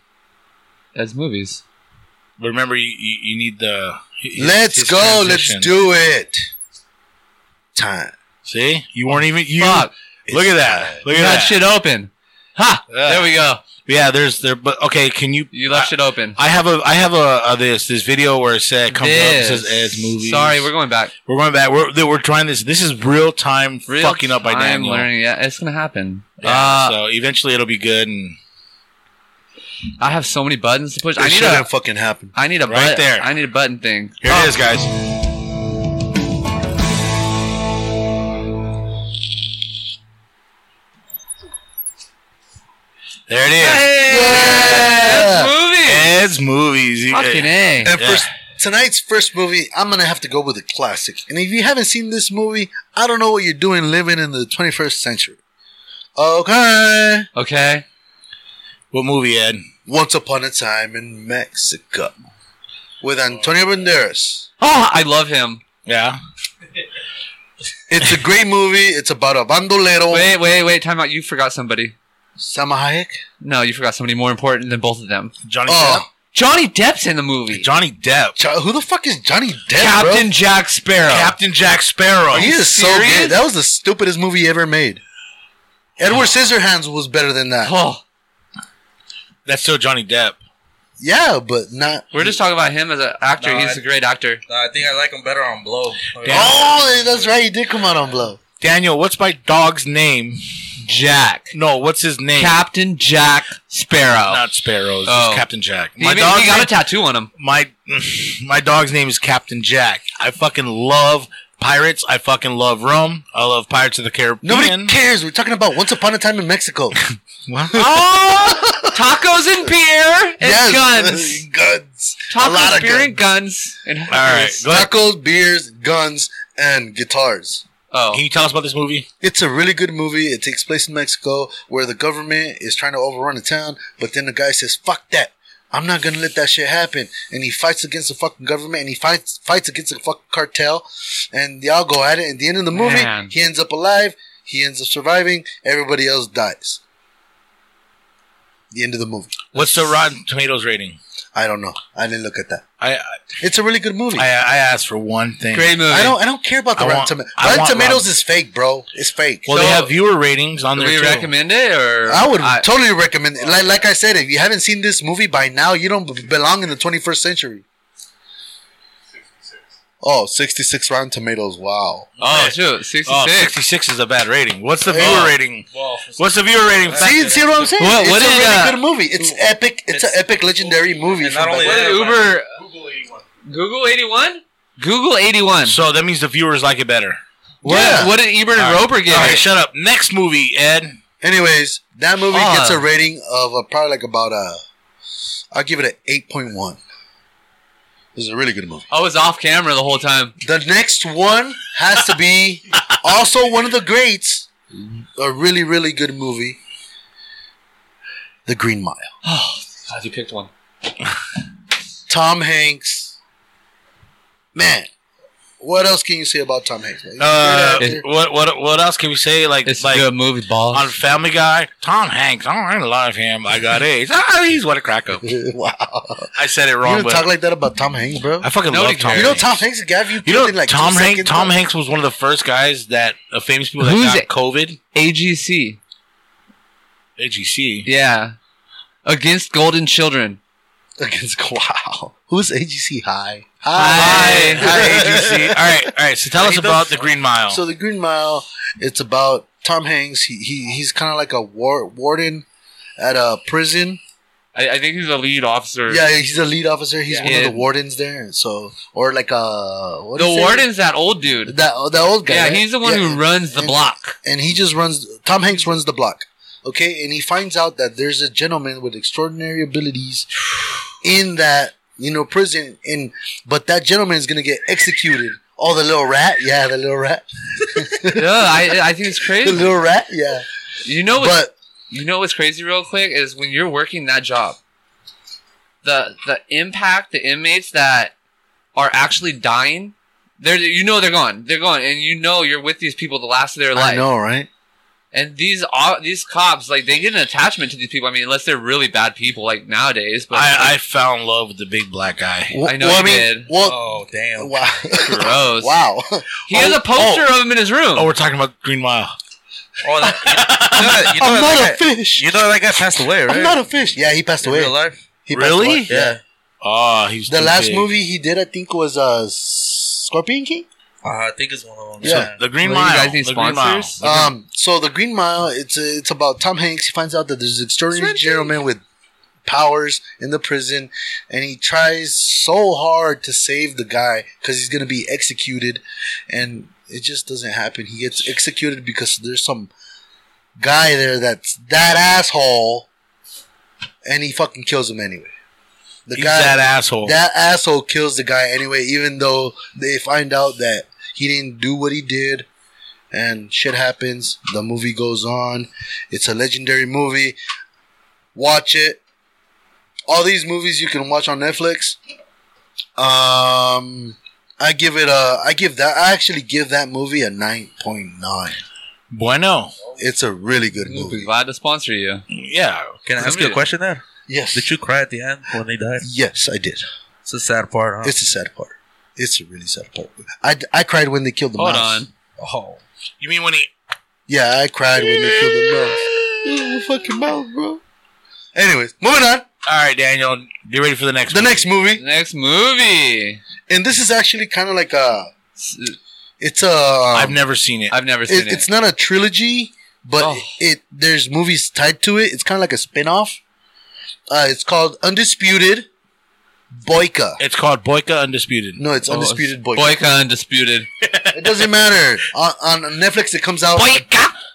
Speaker 3: As movies.
Speaker 2: Remember, you you, you need the. his-
Speaker 1: Let's
Speaker 2: his
Speaker 1: go.
Speaker 2: transition.
Speaker 1: Let's do it. Time.
Speaker 2: See, you weren't even you.
Speaker 3: Fuck.
Speaker 2: Look at that. Look
Speaker 3: You
Speaker 2: at
Speaker 3: left
Speaker 2: that.
Speaker 3: shit open. Ha!
Speaker 2: Yeah.
Speaker 3: There we go.
Speaker 2: Yeah, there's there. But okay, can you?
Speaker 3: You left
Speaker 2: I,
Speaker 3: shit open.
Speaker 2: I have a I have a, a this this video where it said comes up it says
Speaker 3: This.
Speaker 2: Ed's movies.
Speaker 3: Sorry, we're going back.
Speaker 2: we're going back. We're we're trying this. This is real time
Speaker 3: Real
Speaker 2: fucking up by
Speaker 3: time
Speaker 2: Daniel.
Speaker 3: learning. Yeah, it's gonna happen.
Speaker 2: Yeah,
Speaker 3: uh,
Speaker 2: so eventually it'll be good and
Speaker 3: I have so many buttons to push. I
Speaker 1: It
Speaker 3: need
Speaker 1: shouldn't
Speaker 3: a.
Speaker 1: fucking happen.
Speaker 3: I need a button.
Speaker 2: Right there.
Speaker 3: I need a button thing.
Speaker 2: here it is, guys. There it
Speaker 1: Yeah.
Speaker 2: is.
Speaker 3: Movie.
Speaker 2: Ed's movies. You-
Speaker 3: Fucking a.
Speaker 1: And
Speaker 2: Yeah.
Speaker 1: first tonight's first movie, I'm gonna have to go with a classic. And if you haven't seen this movie, I don't know what you're doing living in the 21st century. Okay.
Speaker 3: Okay.
Speaker 2: What movie, Ed?
Speaker 1: Once upon a time in Mexico with Antonio Banderas.
Speaker 3: Oh,
Speaker 2: Ah,
Speaker 3: I love him.
Speaker 2: Yeah.
Speaker 1: It's a great movie. It's about a bandolero.
Speaker 3: Wait, wait, wait. Time out. You forgot somebody.
Speaker 1: Salma Hayek.
Speaker 3: No, you forgot somebody more important than both of them.
Speaker 2: Johnny
Speaker 1: Oh,
Speaker 3: Johnny Depp's in the movie.
Speaker 2: Depp. Johnny Depp.
Speaker 1: Jo- who the fuck is Johnny Depp?
Speaker 3: Captain Jack Sparrow.
Speaker 2: Captain Jack Sparrow.
Speaker 1: Bro? He is so
Speaker 3: serious?
Speaker 1: good. That was the stupidest movie ever made. Edward Scissorhands was better than that.
Speaker 3: oh,
Speaker 2: That's still Johnny Depp.
Speaker 1: Yeah, but not.
Speaker 3: we're just talking about him as an actor.
Speaker 4: No,
Speaker 3: He's
Speaker 4: I-
Speaker 3: a great actor.
Speaker 4: No, I think I like him better on Blow. Oh,
Speaker 2: Damn.
Speaker 1: Oh, that's right. He did come out on Blow.
Speaker 2: Daniel, what's my dog's name?
Speaker 3: Jack.
Speaker 2: No, what's his name?
Speaker 3: Captain Jack Sparrow.
Speaker 2: Not Sparrows.
Speaker 3: Oh.
Speaker 2: It's Captain Jack.
Speaker 3: He,
Speaker 2: My
Speaker 3: even-
Speaker 2: dog's
Speaker 3: he got
Speaker 2: name,
Speaker 3: a tattoo on him.
Speaker 2: my my dog's name is Captain Jack. I fucking love pirates. I fucking love rum. I love Pirates of the
Speaker 1: Nobody
Speaker 2: Caribbean.
Speaker 1: cares. We're talking about Once Upon a Time in Mexico.
Speaker 3: Oh, tacos and beer and guns.
Speaker 1: guns.
Speaker 3: Tacos,
Speaker 1: a lot of
Speaker 3: beer,
Speaker 1: guns.
Speaker 3: and guns. And
Speaker 2: All right, go ahead.
Speaker 1: Tacos, beers, guns, and guitars.
Speaker 3: Oh,
Speaker 2: Can you tell us about this movie?
Speaker 1: It's a really good movie. It takes place in Mexico where the government is trying to overrun the town, but then the guy says, fuck that. I'm not gonna let that shit happen. And he fights against the fucking government and he fights fights against the fucking cartel and they all go at it. At the end of the movie,
Speaker 3: Man.
Speaker 1: he ends up alive, he ends up surviving, everybody else dies. The end of the movie.
Speaker 2: What's the Rotten Tomatoes rating?
Speaker 1: I don't know. I didn't look at that.
Speaker 2: I I,
Speaker 1: It's a really good movie.
Speaker 2: I
Speaker 1: I,
Speaker 2: asked for one thing.
Speaker 3: great movie.
Speaker 1: don't I don't care about the
Speaker 2: I
Speaker 1: Rotten
Speaker 2: want-
Speaker 1: Tomatoes.
Speaker 2: I
Speaker 1: Rotten
Speaker 2: want
Speaker 1: Tomatoes
Speaker 2: Rotten-
Speaker 1: is fake, bro. It's fake.
Speaker 2: Well, they
Speaker 3: So-
Speaker 2: have viewer ratings on
Speaker 3: Do
Speaker 2: there
Speaker 3: we
Speaker 2: too.
Speaker 3: recommend it or
Speaker 1: I would totally recommend it. Like, like I said, if you haven't seen this movie by now, you don't b- belong in the 21st century. Oh, 66 Rotten Tomatoes. Wow.
Speaker 3: oh shoot, sixty-six.
Speaker 2: Oh, 66 is a bad rating. What's the
Speaker 1: Yeah.
Speaker 2: viewer rating?
Speaker 4: Well,
Speaker 2: What's the viewer rating?
Speaker 4: See,
Speaker 1: See, see what I'm saying?
Speaker 3: What- what
Speaker 1: it's a
Speaker 3: did,
Speaker 1: really
Speaker 3: uh,
Speaker 1: good movie. It's epic. It's, an
Speaker 4: it's-
Speaker 1: epic, legendary movie.
Speaker 4: and not
Speaker 1: from
Speaker 4: only
Speaker 1: back-
Speaker 3: What did Uber?
Speaker 4: Google 81.
Speaker 3: Google eighty-one. Google eighty-one.
Speaker 2: So that means the viewers like it better.
Speaker 3: what?
Speaker 1: Yeah.
Speaker 3: What did Ebert and
Speaker 2: All right.
Speaker 3: Roper get?
Speaker 2: All right, shut up. Next movie, Ed.
Speaker 1: Anyways, that movie
Speaker 3: Ah.
Speaker 1: gets a rating of uh, probably like about a. I'll give it an 8.1. This is a really good movie.
Speaker 3: I was off camera the whole time.
Speaker 1: The next one has to be also one of the greats. A really, really good movie. The Green Mile.
Speaker 3: Oh, God, you picked one.
Speaker 1: Tom Hanks. Man, what else can you say about Tom Hanks? man? He's a
Speaker 2: Uh,
Speaker 1: good actor.
Speaker 2: what what what else can we say? Like
Speaker 3: It's
Speaker 2: like
Speaker 3: a good movie, ball.
Speaker 2: on Family Guy, Tom Hanks. I don't really love him. I got AIDS. Ah, he's what a crack up.
Speaker 1: wow.
Speaker 2: I said it
Speaker 1: You
Speaker 2: wrong,
Speaker 1: don't
Speaker 2: but
Speaker 1: talk like that about Tom Hanks, bro.
Speaker 2: I fucking
Speaker 3: Nobody
Speaker 2: love Tom.
Speaker 3: cares.
Speaker 1: You know
Speaker 2: Hanks.
Speaker 1: Tom Hanks got you
Speaker 2: You know,
Speaker 1: in like two
Speaker 2: Tom Hanks.
Speaker 1: seconds,
Speaker 2: Tom
Speaker 1: bro?
Speaker 2: Hanks was one of the first guys that uh, famous people that
Speaker 3: Who's
Speaker 2: got
Speaker 3: it?
Speaker 2: COVID.
Speaker 3: AGC.
Speaker 2: AGC.
Speaker 3: Yeah. Against Golden Children.
Speaker 1: Against wow. Who's AGC High?
Speaker 3: Hi.
Speaker 2: Hi, AGC. All right, all right. So tell us
Speaker 4: He does-
Speaker 2: about the Green Mile.
Speaker 1: So the Green Mile, it's about Tom Hanks. He, he he's kind of like a war, warden at a prison.
Speaker 3: I, I think he's a lead officer.
Speaker 1: Yeah, he's a lead officer. He's
Speaker 3: Yeah.
Speaker 1: one
Speaker 3: Yeah.
Speaker 1: of the wardens there. So or like a what
Speaker 3: The
Speaker 1: is it?
Speaker 3: warden's that old dude.
Speaker 1: That the old guy.
Speaker 3: yeah,
Speaker 1: right?
Speaker 3: he's the one
Speaker 1: Yeah,
Speaker 3: who runs the
Speaker 1: and-
Speaker 3: block.
Speaker 1: and he just runs. Tom Hanks runs the block. Okay, and he finds out that there's a gentleman with extraordinary abilities in that you know prison, and but that gentleman is gonna get executed. Oh, the little rat, yeah, the little rat,
Speaker 3: yeah, I, I think it's
Speaker 1: the
Speaker 3: crazy.
Speaker 1: little rat, yeah.
Speaker 3: You know what's,
Speaker 1: But
Speaker 3: you know what's crazy real quick is when you're working that job, the the impact, the inmates that are actually dying, they're you know they're gone. They're gone. And you know you're with these people the last of their life.
Speaker 1: I know, right?
Speaker 3: And these all these cops, like they get an attachment to these people. I mean, unless they're really bad people, like nowadays. But
Speaker 2: I, I fell in love with the big black guy.
Speaker 1: Well,
Speaker 3: I know
Speaker 1: well,
Speaker 3: you
Speaker 1: mean,
Speaker 3: did.
Speaker 1: Well,
Speaker 4: Oh damn!
Speaker 1: wow,
Speaker 3: gross.
Speaker 1: wow. Oh,
Speaker 3: He has a poster of him in his room.
Speaker 2: Oh, we're talking about Green Mile.
Speaker 4: Oh, that, you know, you know,
Speaker 1: I'm
Speaker 4: that
Speaker 1: not a
Speaker 4: guy-
Speaker 1: fish.
Speaker 4: you know that guy passed away, right?
Speaker 1: I'm not a fish. Yeah, he passed
Speaker 4: In real
Speaker 1: away.
Speaker 4: life.
Speaker 1: He
Speaker 2: Really?
Speaker 1: Passed away. Yeah.
Speaker 2: Oh, he's
Speaker 1: The
Speaker 2: too
Speaker 1: last
Speaker 2: big.
Speaker 1: movie he did, I think, was uh, Scorpion King.
Speaker 4: Uh, I think it's one of them.
Speaker 1: Yeah.
Speaker 2: The Green
Speaker 3: Well, you
Speaker 2: Mile.
Speaker 3: guys need
Speaker 2: the Green Mile.
Speaker 3: sponsors?
Speaker 1: Um, so the Green Mile, it's uh it's about Tom Hanks. He finds out that there's an extraordinary gentleman with powers in the prison, and he tries so hard to save the guy because he's gonna be executed, and it just doesn't happen. He gets executed because there's some guy there that's that asshole, and he fucking kills him anyway. The
Speaker 2: He's that asshole.
Speaker 1: that asshole kills the guy anyway, even though they find out that he didn't do what he did. And shit happens. The movie goes on. It's a legendary movie. Watch it. All these movies you can watch on Netflix. Um, I give it a. I give that. I actually give that movie a nine point nine.
Speaker 2: bueno.
Speaker 1: It's a really good
Speaker 3: We'll be
Speaker 1: movie.
Speaker 3: glad to sponsor you.
Speaker 2: Yeah.
Speaker 4: Can I ask you a question there?
Speaker 1: Yes.
Speaker 4: Did you cry at the end when they died?
Speaker 1: Yes, I did.
Speaker 4: It's a sad part, huh?
Speaker 1: It's a sad part. It's a really sad part. I, I cried when they killed the
Speaker 3: Hold
Speaker 1: mouse.
Speaker 3: on.
Speaker 4: oh.
Speaker 2: You mean when he?
Speaker 1: Yeah, I cried when they killed the mouse. Ooh, fucking mouth, bro. Anyways, moving on.
Speaker 2: All right, Daniel. Get ready for the next.
Speaker 1: The
Speaker 2: one.
Speaker 1: next movie,
Speaker 3: Next movie.
Speaker 1: and this is actually kind of like a.
Speaker 3: S-
Speaker 1: It's a. um,
Speaker 2: I've never seen it.
Speaker 3: I've never seen
Speaker 1: It,
Speaker 3: it.
Speaker 1: it's not a trilogy, but
Speaker 3: Oh.
Speaker 1: it there's movies tied to it. It's kind of like a spin off. Uh, it's called Undisputed Boyka.
Speaker 2: It's called Boyka Undisputed.
Speaker 1: No, it's Undisputed Boyka.
Speaker 3: Oh, Boyka Undisputed.
Speaker 1: It doesn't matter. On, on Netflix, it comes out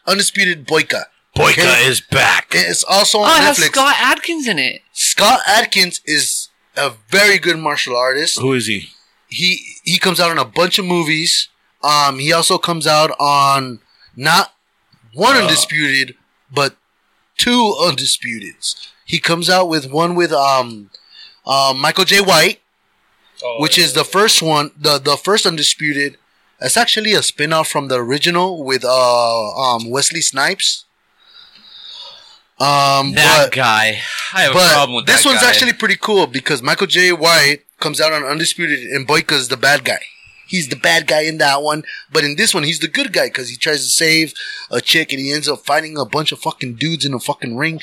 Speaker 1: Undisputed Boyka.
Speaker 2: Boyka
Speaker 1: Okay.
Speaker 2: is back.
Speaker 1: It's also on
Speaker 3: Oh, it has
Speaker 1: Netflix.
Speaker 3: Scott Adkins in it.
Speaker 1: Scott Adkins is a very good martial artist.
Speaker 2: Who is he?
Speaker 1: He he comes out in a bunch of movies. Um, he also comes out on not
Speaker 4: Uh.
Speaker 1: one undisputed, but two undisputeds. He comes out with one with um, um Michael J. White,
Speaker 4: Oh,
Speaker 1: which
Speaker 4: yeah.
Speaker 1: is the first one, the the first undisputed. It's actually a spin-off from the original with uh um Wesley Snipes. Um,
Speaker 3: That
Speaker 1: but-
Speaker 3: guy. I have
Speaker 1: but
Speaker 3: a problem with
Speaker 1: this
Speaker 3: that
Speaker 1: one's
Speaker 3: guy.
Speaker 1: actually pretty cool because Michael J. White comes out on Undisputed, and Boyka's the bad guy. He's the bad guy in that one, but in this one, he's the good guy because he tries to save a chick and he ends up fighting a bunch of fucking dudes in a fucking ring,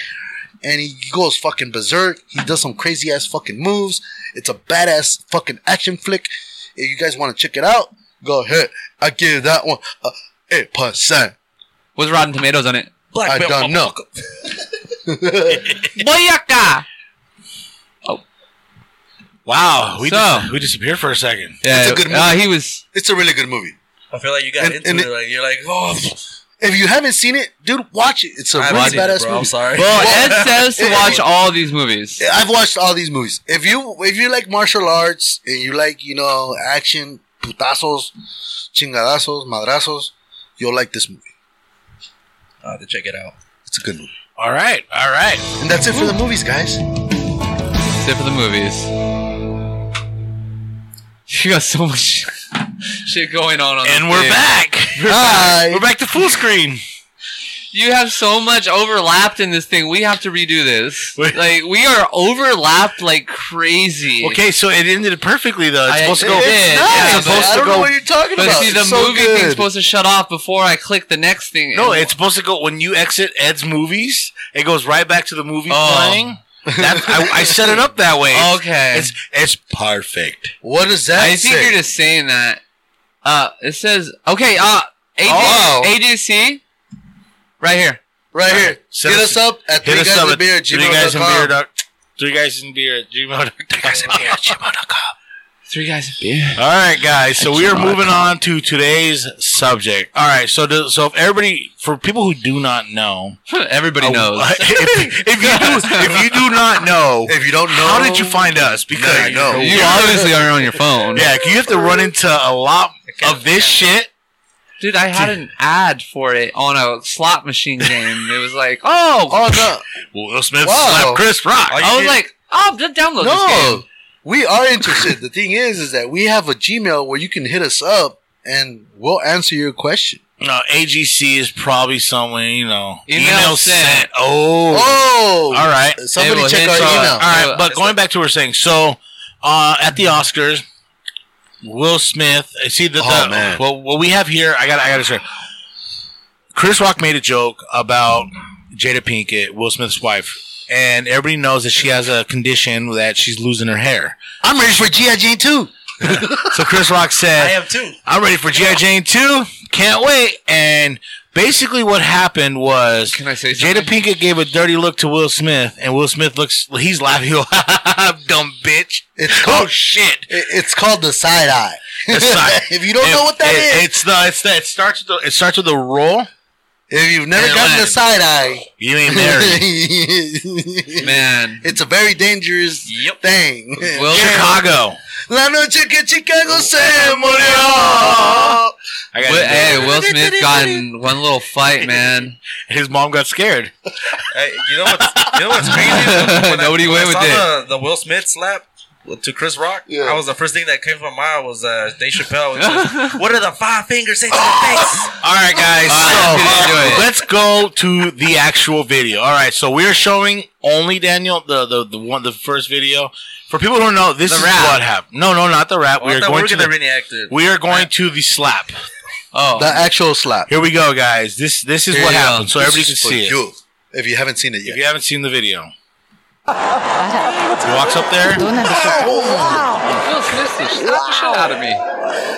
Speaker 1: and he goes fucking berserk. He does some crazy ass fucking moves. It's a badass fucking action flick. If you guys want to check it out, go ahead. I give that one a eight percent.
Speaker 3: with Rotten Tomatoes on it.
Speaker 4: Black
Speaker 1: I
Speaker 4: belt
Speaker 1: don't know.
Speaker 3: Boyaka.
Speaker 2: Wow, we
Speaker 3: So-
Speaker 2: dis- we disappeared for a second.
Speaker 3: Yeah,
Speaker 1: It's a good
Speaker 3: uh, he was.
Speaker 1: It's a really good movie.
Speaker 4: I feel like you got
Speaker 1: And-
Speaker 4: into
Speaker 1: and
Speaker 4: it,
Speaker 1: it-
Speaker 4: Like you're like, oh,
Speaker 1: If you haven't seen it, dude, watch it. It's a
Speaker 4: I
Speaker 1: really
Speaker 4: haven't seen it,
Speaker 1: badass
Speaker 4: bro.
Speaker 1: movie.
Speaker 4: I'm sorry.
Speaker 3: Bro, Ed says to
Speaker 1: it-
Speaker 3: watch
Speaker 1: it-
Speaker 3: all these movies.
Speaker 1: I've watched all these movies. If you if you like martial arts and you like you know action, putazos, chingadazos, madrazos, you'll like this movie.
Speaker 4: I have to check it out.
Speaker 1: It's a good movie.
Speaker 2: All right, all right.
Speaker 1: And that's it for the movies, guys.
Speaker 3: That's it for the movies. She got so much shit going on. on
Speaker 2: And
Speaker 3: this
Speaker 2: we're
Speaker 3: thing.
Speaker 2: back.
Speaker 1: Hi.
Speaker 2: We're back to full screen.
Speaker 3: You have so much overlapped in this thing. We have to redo this.
Speaker 2: Wait.
Speaker 3: Like we are overlapped like crazy.
Speaker 2: Okay, so it ended perfectly though. It's
Speaker 3: I-
Speaker 2: supposed to go.
Speaker 3: it did, yeah,
Speaker 2: it's
Speaker 3: but
Speaker 2: supposed
Speaker 1: I
Speaker 2: to
Speaker 1: don't know
Speaker 2: go.
Speaker 1: what you're talking
Speaker 3: But
Speaker 1: about.
Speaker 3: see, the
Speaker 1: It's so
Speaker 3: movie
Speaker 1: good.
Speaker 3: thing's supposed to shut off before I click the next thing.
Speaker 2: No,
Speaker 3: And-
Speaker 2: it's supposed to go when you exit Ed's movies. It goes right back to the movie
Speaker 3: Oh.
Speaker 2: playing. That, I, I set it up that way.
Speaker 3: okay.
Speaker 2: It's it's perfect.
Speaker 1: What does that
Speaker 3: I think
Speaker 1: say?
Speaker 3: you're just saying that. Uh, it says okay. Uh, AJ,
Speaker 1: Oh.
Speaker 3: AJC, right here.
Speaker 1: right here.
Speaker 2: Set
Speaker 1: Hit
Speaker 2: us-
Speaker 1: us up at
Speaker 2: Hit
Speaker 1: three
Speaker 2: us
Speaker 1: guys
Speaker 2: up
Speaker 1: and
Speaker 2: at
Speaker 1: beer.
Speaker 2: three guys in beer. Doc, three guys in beer at gmail.com. Three guys in beer at gmail.com.
Speaker 3: Three guys in beer.
Speaker 2: All right, guys. So we are moving on to today's subject. All right. So do, so if everybody, for people who do not know,
Speaker 3: Everybody knows.
Speaker 2: if, if you do, if you do not know,
Speaker 1: If you don't know,
Speaker 2: how did you find us? Because
Speaker 1: I know.
Speaker 3: you obviously aren't on your phone.
Speaker 2: Yeah, 'cause you have to run into a lot of this shit.
Speaker 3: Dude, I had an ad for it on a slot machine game. It was like, oh,
Speaker 1: Oh no,
Speaker 2: Will Smith
Speaker 1: Wow.
Speaker 2: slapped Chris Rock.
Speaker 4: Are you-
Speaker 3: I was like, oh, just download this game.
Speaker 1: No, we are interested. the thing is, is that we have a Gmail where you can hit us up and we'll answer your question.
Speaker 2: no, AGC is probably someone you know.
Speaker 3: Email sent.
Speaker 2: Oh.
Speaker 1: Oh,
Speaker 2: all right.
Speaker 1: Somebody
Speaker 3: Hey, well,
Speaker 1: check
Speaker 3: hey,
Speaker 1: our
Speaker 3: so-
Speaker 1: email.
Speaker 2: All right, but
Speaker 3: It's
Speaker 2: going back to what we're saying, so uh, at the Oscars, Will Smith. I See the, the
Speaker 1: Oh, man.
Speaker 2: well, what we have here. I got. I got to say, Chris Rock made a joke about Jada Pinkett, Will Smith's wife, and everybody knows that she has a condition that she's losing her hair.
Speaker 1: I'm ready for GI Jane too.
Speaker 2: So Chris Rock
Speaker 4: I
Speaker 2: said,
Speaker 4: am too.
Speaker 2: "I'm ready for GI Jane too. Can't wait." And basically, what happened was.
Speaker 3: Can I say
Speaker 2: Jada
Speaker 3: something?
Speaker 2: Pinkett gave a dirty look to Will Smith, and Will Smith looks, he's laughing, dumb bitch.
Speaker 1: It's
Speaker 2: Oh
Speaker 1: called
Speaker 2: shit!
Speaker 1: it- it's called the side eye.
Speaker 2: The side-
Speaker 1: if you don't know what that is,
Speaker 2: It's the it's the, it starts with the, it starts with the roll.
Speaker 1: if you've never
Speaker 2: it
Speaker 1: gotten the
Speaker 2: lands.
Speaker 1: side eye,
Speaker 2: You ain't
Speaker 1: man,
Speaker 2: married.
Speaker 3: Man.
Speaker 1: it's a very dangerous
Speaker 4: Yep.
Speaker 1: thing.
Speaker 3: Will-
Speaker 2: Chicago.
Speaker 1: La noche que Chicago se murió.
Speaker 2: I got
Speaker 3: Wi- hey, Will Smith got in one little fight, man.
Speaker 2: His mom got scared.
Speaker 4: Hey, you know what's you know what's crazy? When I-
Speaker 3: Nobody
Speaker 4: when I
Speaker 3: went with
Speaker 4: saw The, the Will Smith slap to Chris Rock.
Speaker 1: Yeah.
Speaker 4: I was the first thing that came to my mind was uh, Dave Chappelle. which was, what are the five fingers say to the face?
Speaker 2: All right, guys.
Speaker 3: All right,
Speaker 2: so
Speaker 3: let's enjoy it.
Speaker 2: let's go to the actual video. All right, so we're showing only Daniel the the, the one the first video. For people who don't know, this
Speaker 3: The
Speaker 2: is
Speaker 3: rap.
Speaker 2: what happened. No, no, not the rap.
Speaker 4: Well,
Speaker 2: we
Speaker 4: Oh, I
Speaker 2: are
Speaker 4: thought
Speaker 2: going
Speaker 4: we
Speaker 2: to
Speaker 4: were
Speaker 2: the,
Speaker 4: gonna reenact it.
Speaker 2: we are going to the slap.
Speaker 3: Oh.
Speaker 1: The actual slap.
Speaker 2: Here we go, guys. This this is
Speaker 3: Here
Speaker 2: what
Speaker 3: you go.
Speaker 2: happened. So everybody
Speaker 1: This
Speaker 2: can
Speaker 1: is for
Speaker 2: see it.
Speaker 1: you, if you haven't seen it
Speaker 2: If
Speaker 1: yet.
Speaker 2: you haven't seen the video,
Speaker 5: What
Speaker 2: walks up there.
Speaker 5: どうなんでしょうか
Speaker 3: Will Smith slapped the shit out of me.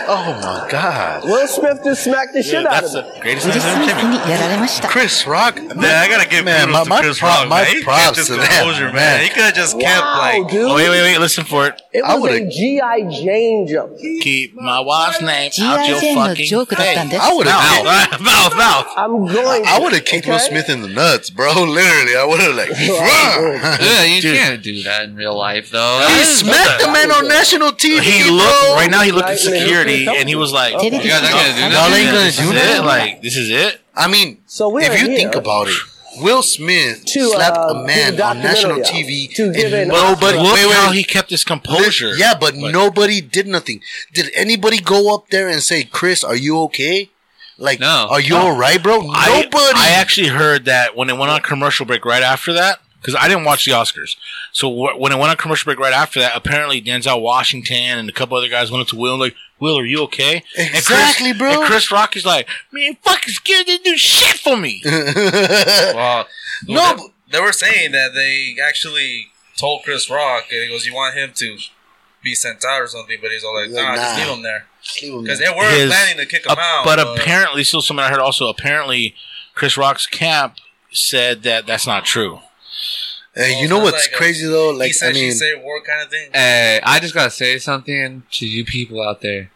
Speaker 1: Oh my God,
Speaker 6: Will Smith just smacked the shit out
Speaker 2: That's
Speaker 6: of him.
Speaker 2: the greatest
Speaker 5: ウィ
Speaker 2: thing
Speaker 5: ル・
Speaker 2: I've
Speaker 5: ス
Speaker 2: ever
Speaker 5: ミス
Speaker 2: seen.
Speaker 5: にやられました。
Speaker 1: Chris Rock.
Speaker 7: Man, I gotta give
Speaker 1: Man,
Speaker 7: man,
Speaker 1: my-
Speaker 7: to
Speaker 1: my
Speaker 7: Chris
Speaker 1: pro-
Speaker 7: Rock.
Speaker 1: my
Speaker 7: man. He kept
Speaker 1: props
Speaker 7: his
Speaker 1: to that,
Speaker 7: composure, man.
Speaker 1: man.
Speaker 7: He could have just kept
Speaker 6: Wow,
Speaker 7: like
Speaker 6: dude.
Speaker 2: Oh, wait, wait, wait. Listen for it.
Speaker 6: It
Speaker 1: I
Speaker 6: was a
Speaker 1: would've-
Speaker 6: G.I. Jane jump.
Speaker 2: Keep my wife's name out your
Speaker 5: G.I. ジェンの
Speaker 2: fucking
Speaker 5: ジョークだったんです。
Speaker 1: I would have.
Speaker 2: mouth. mouth, mouth.
Speaker 6: I'm going
Speaker 1: I
Speaker 6: to-
Speaker 1: would have kicked Will
Speaker 6: okay?
Speaker 1: Smith in the nuts, bro. Literally, I would have like. "Rah!"
Speaker 3: Yeah, you can't do that in real life, though.
Speaker 1: he smacked the man on national TV.
Speaker 2: He
Speaker 1: bro.
Speaker 2: looked right now. He looked at
Speaker 6: Right, man.
Speaker 2: security and he was like,
Speaker 5: テレビ
Speaker 3: やだけど
Speaker 2: "Y'all ain't gonna
Speaker 1: This is
Speaker 2: do
Speaker 1: it?
Speaker 2: that." Like, this is it.
Speaker 1: I mean,
Speaker 6: So we are
Speaker 1: if you
Speaker 6: here
Speaker 1: think about it, Will Smith
Speaker 6: to,
Speaker 1: slapped
Speaker 6: uh,
Speaker 1: a man
Speaker 6: do a
Speaker 1: on national
Speaker 6: documentary
Speaker 1: TV.
Speaker 6: to give
Speaker 1: and
Speaker 6: an
Speaker 2: Well, but
Speaker 6: Oscar.
Speaker 2: look
Speaker 1: Wait, wait,
Speaker 2: how
Speaker 1: wait.
Speaker 2: he kept his composure.
Speaker 1: Yeah, but nobody did nothing. Did anybody go up there and say, "Chris, are you okay? Like,
Speaker 3: No.
Speaker 1: are you all right, bro?"
Speaker 2: I,
Speaker 1: nobody.
Speaker 2: I actually heard that when it went on commercial break right after that, because I didn't watch the Oscars. So wh- when it went on commercial break right after that, apparently Denzel Washington and a couple other guys went up to Will and like, "Will, are you okay?" And Chris-
Speaker 1: Exactly, bro.
Speaker 2: And Chris Rock is like, "Man, fucking scared didn't do shit for me."
Speaker 4: Well,
Speaker 1: No,
Speaker 4: no, they, they were saying that they actually told Chris Rock, and he goes, "You want him to be sent out or something?" But he's all like, "Nah, just
Speaker 1: Nah.
Speaker 4: leave him there,"
Speaker 1: Because
Speaker 4: because they were
Speaker 2: His-
Speaker 4: planning to kick him
Speaker 2: Uh,
Speaker 4: out.
Speaker 2: but apparently, so something I heard also apparently, Chris Rock's camp said that that's not true.
Speaker 1: and you know
Speaker 4: Sounds
Speaker 1: what's
Speaker 4: like a-
Speaker 1: crazy though?
Speaker 4: he
Speaker 1: Like, uh,
Speaker 4: said,
Speaker 1: I
Speaker 4: she
Speaker 1: mean,
Speaker 4: said, "War kind of thing."
Speaker 3: Hey, I just gotta say something to you people out there.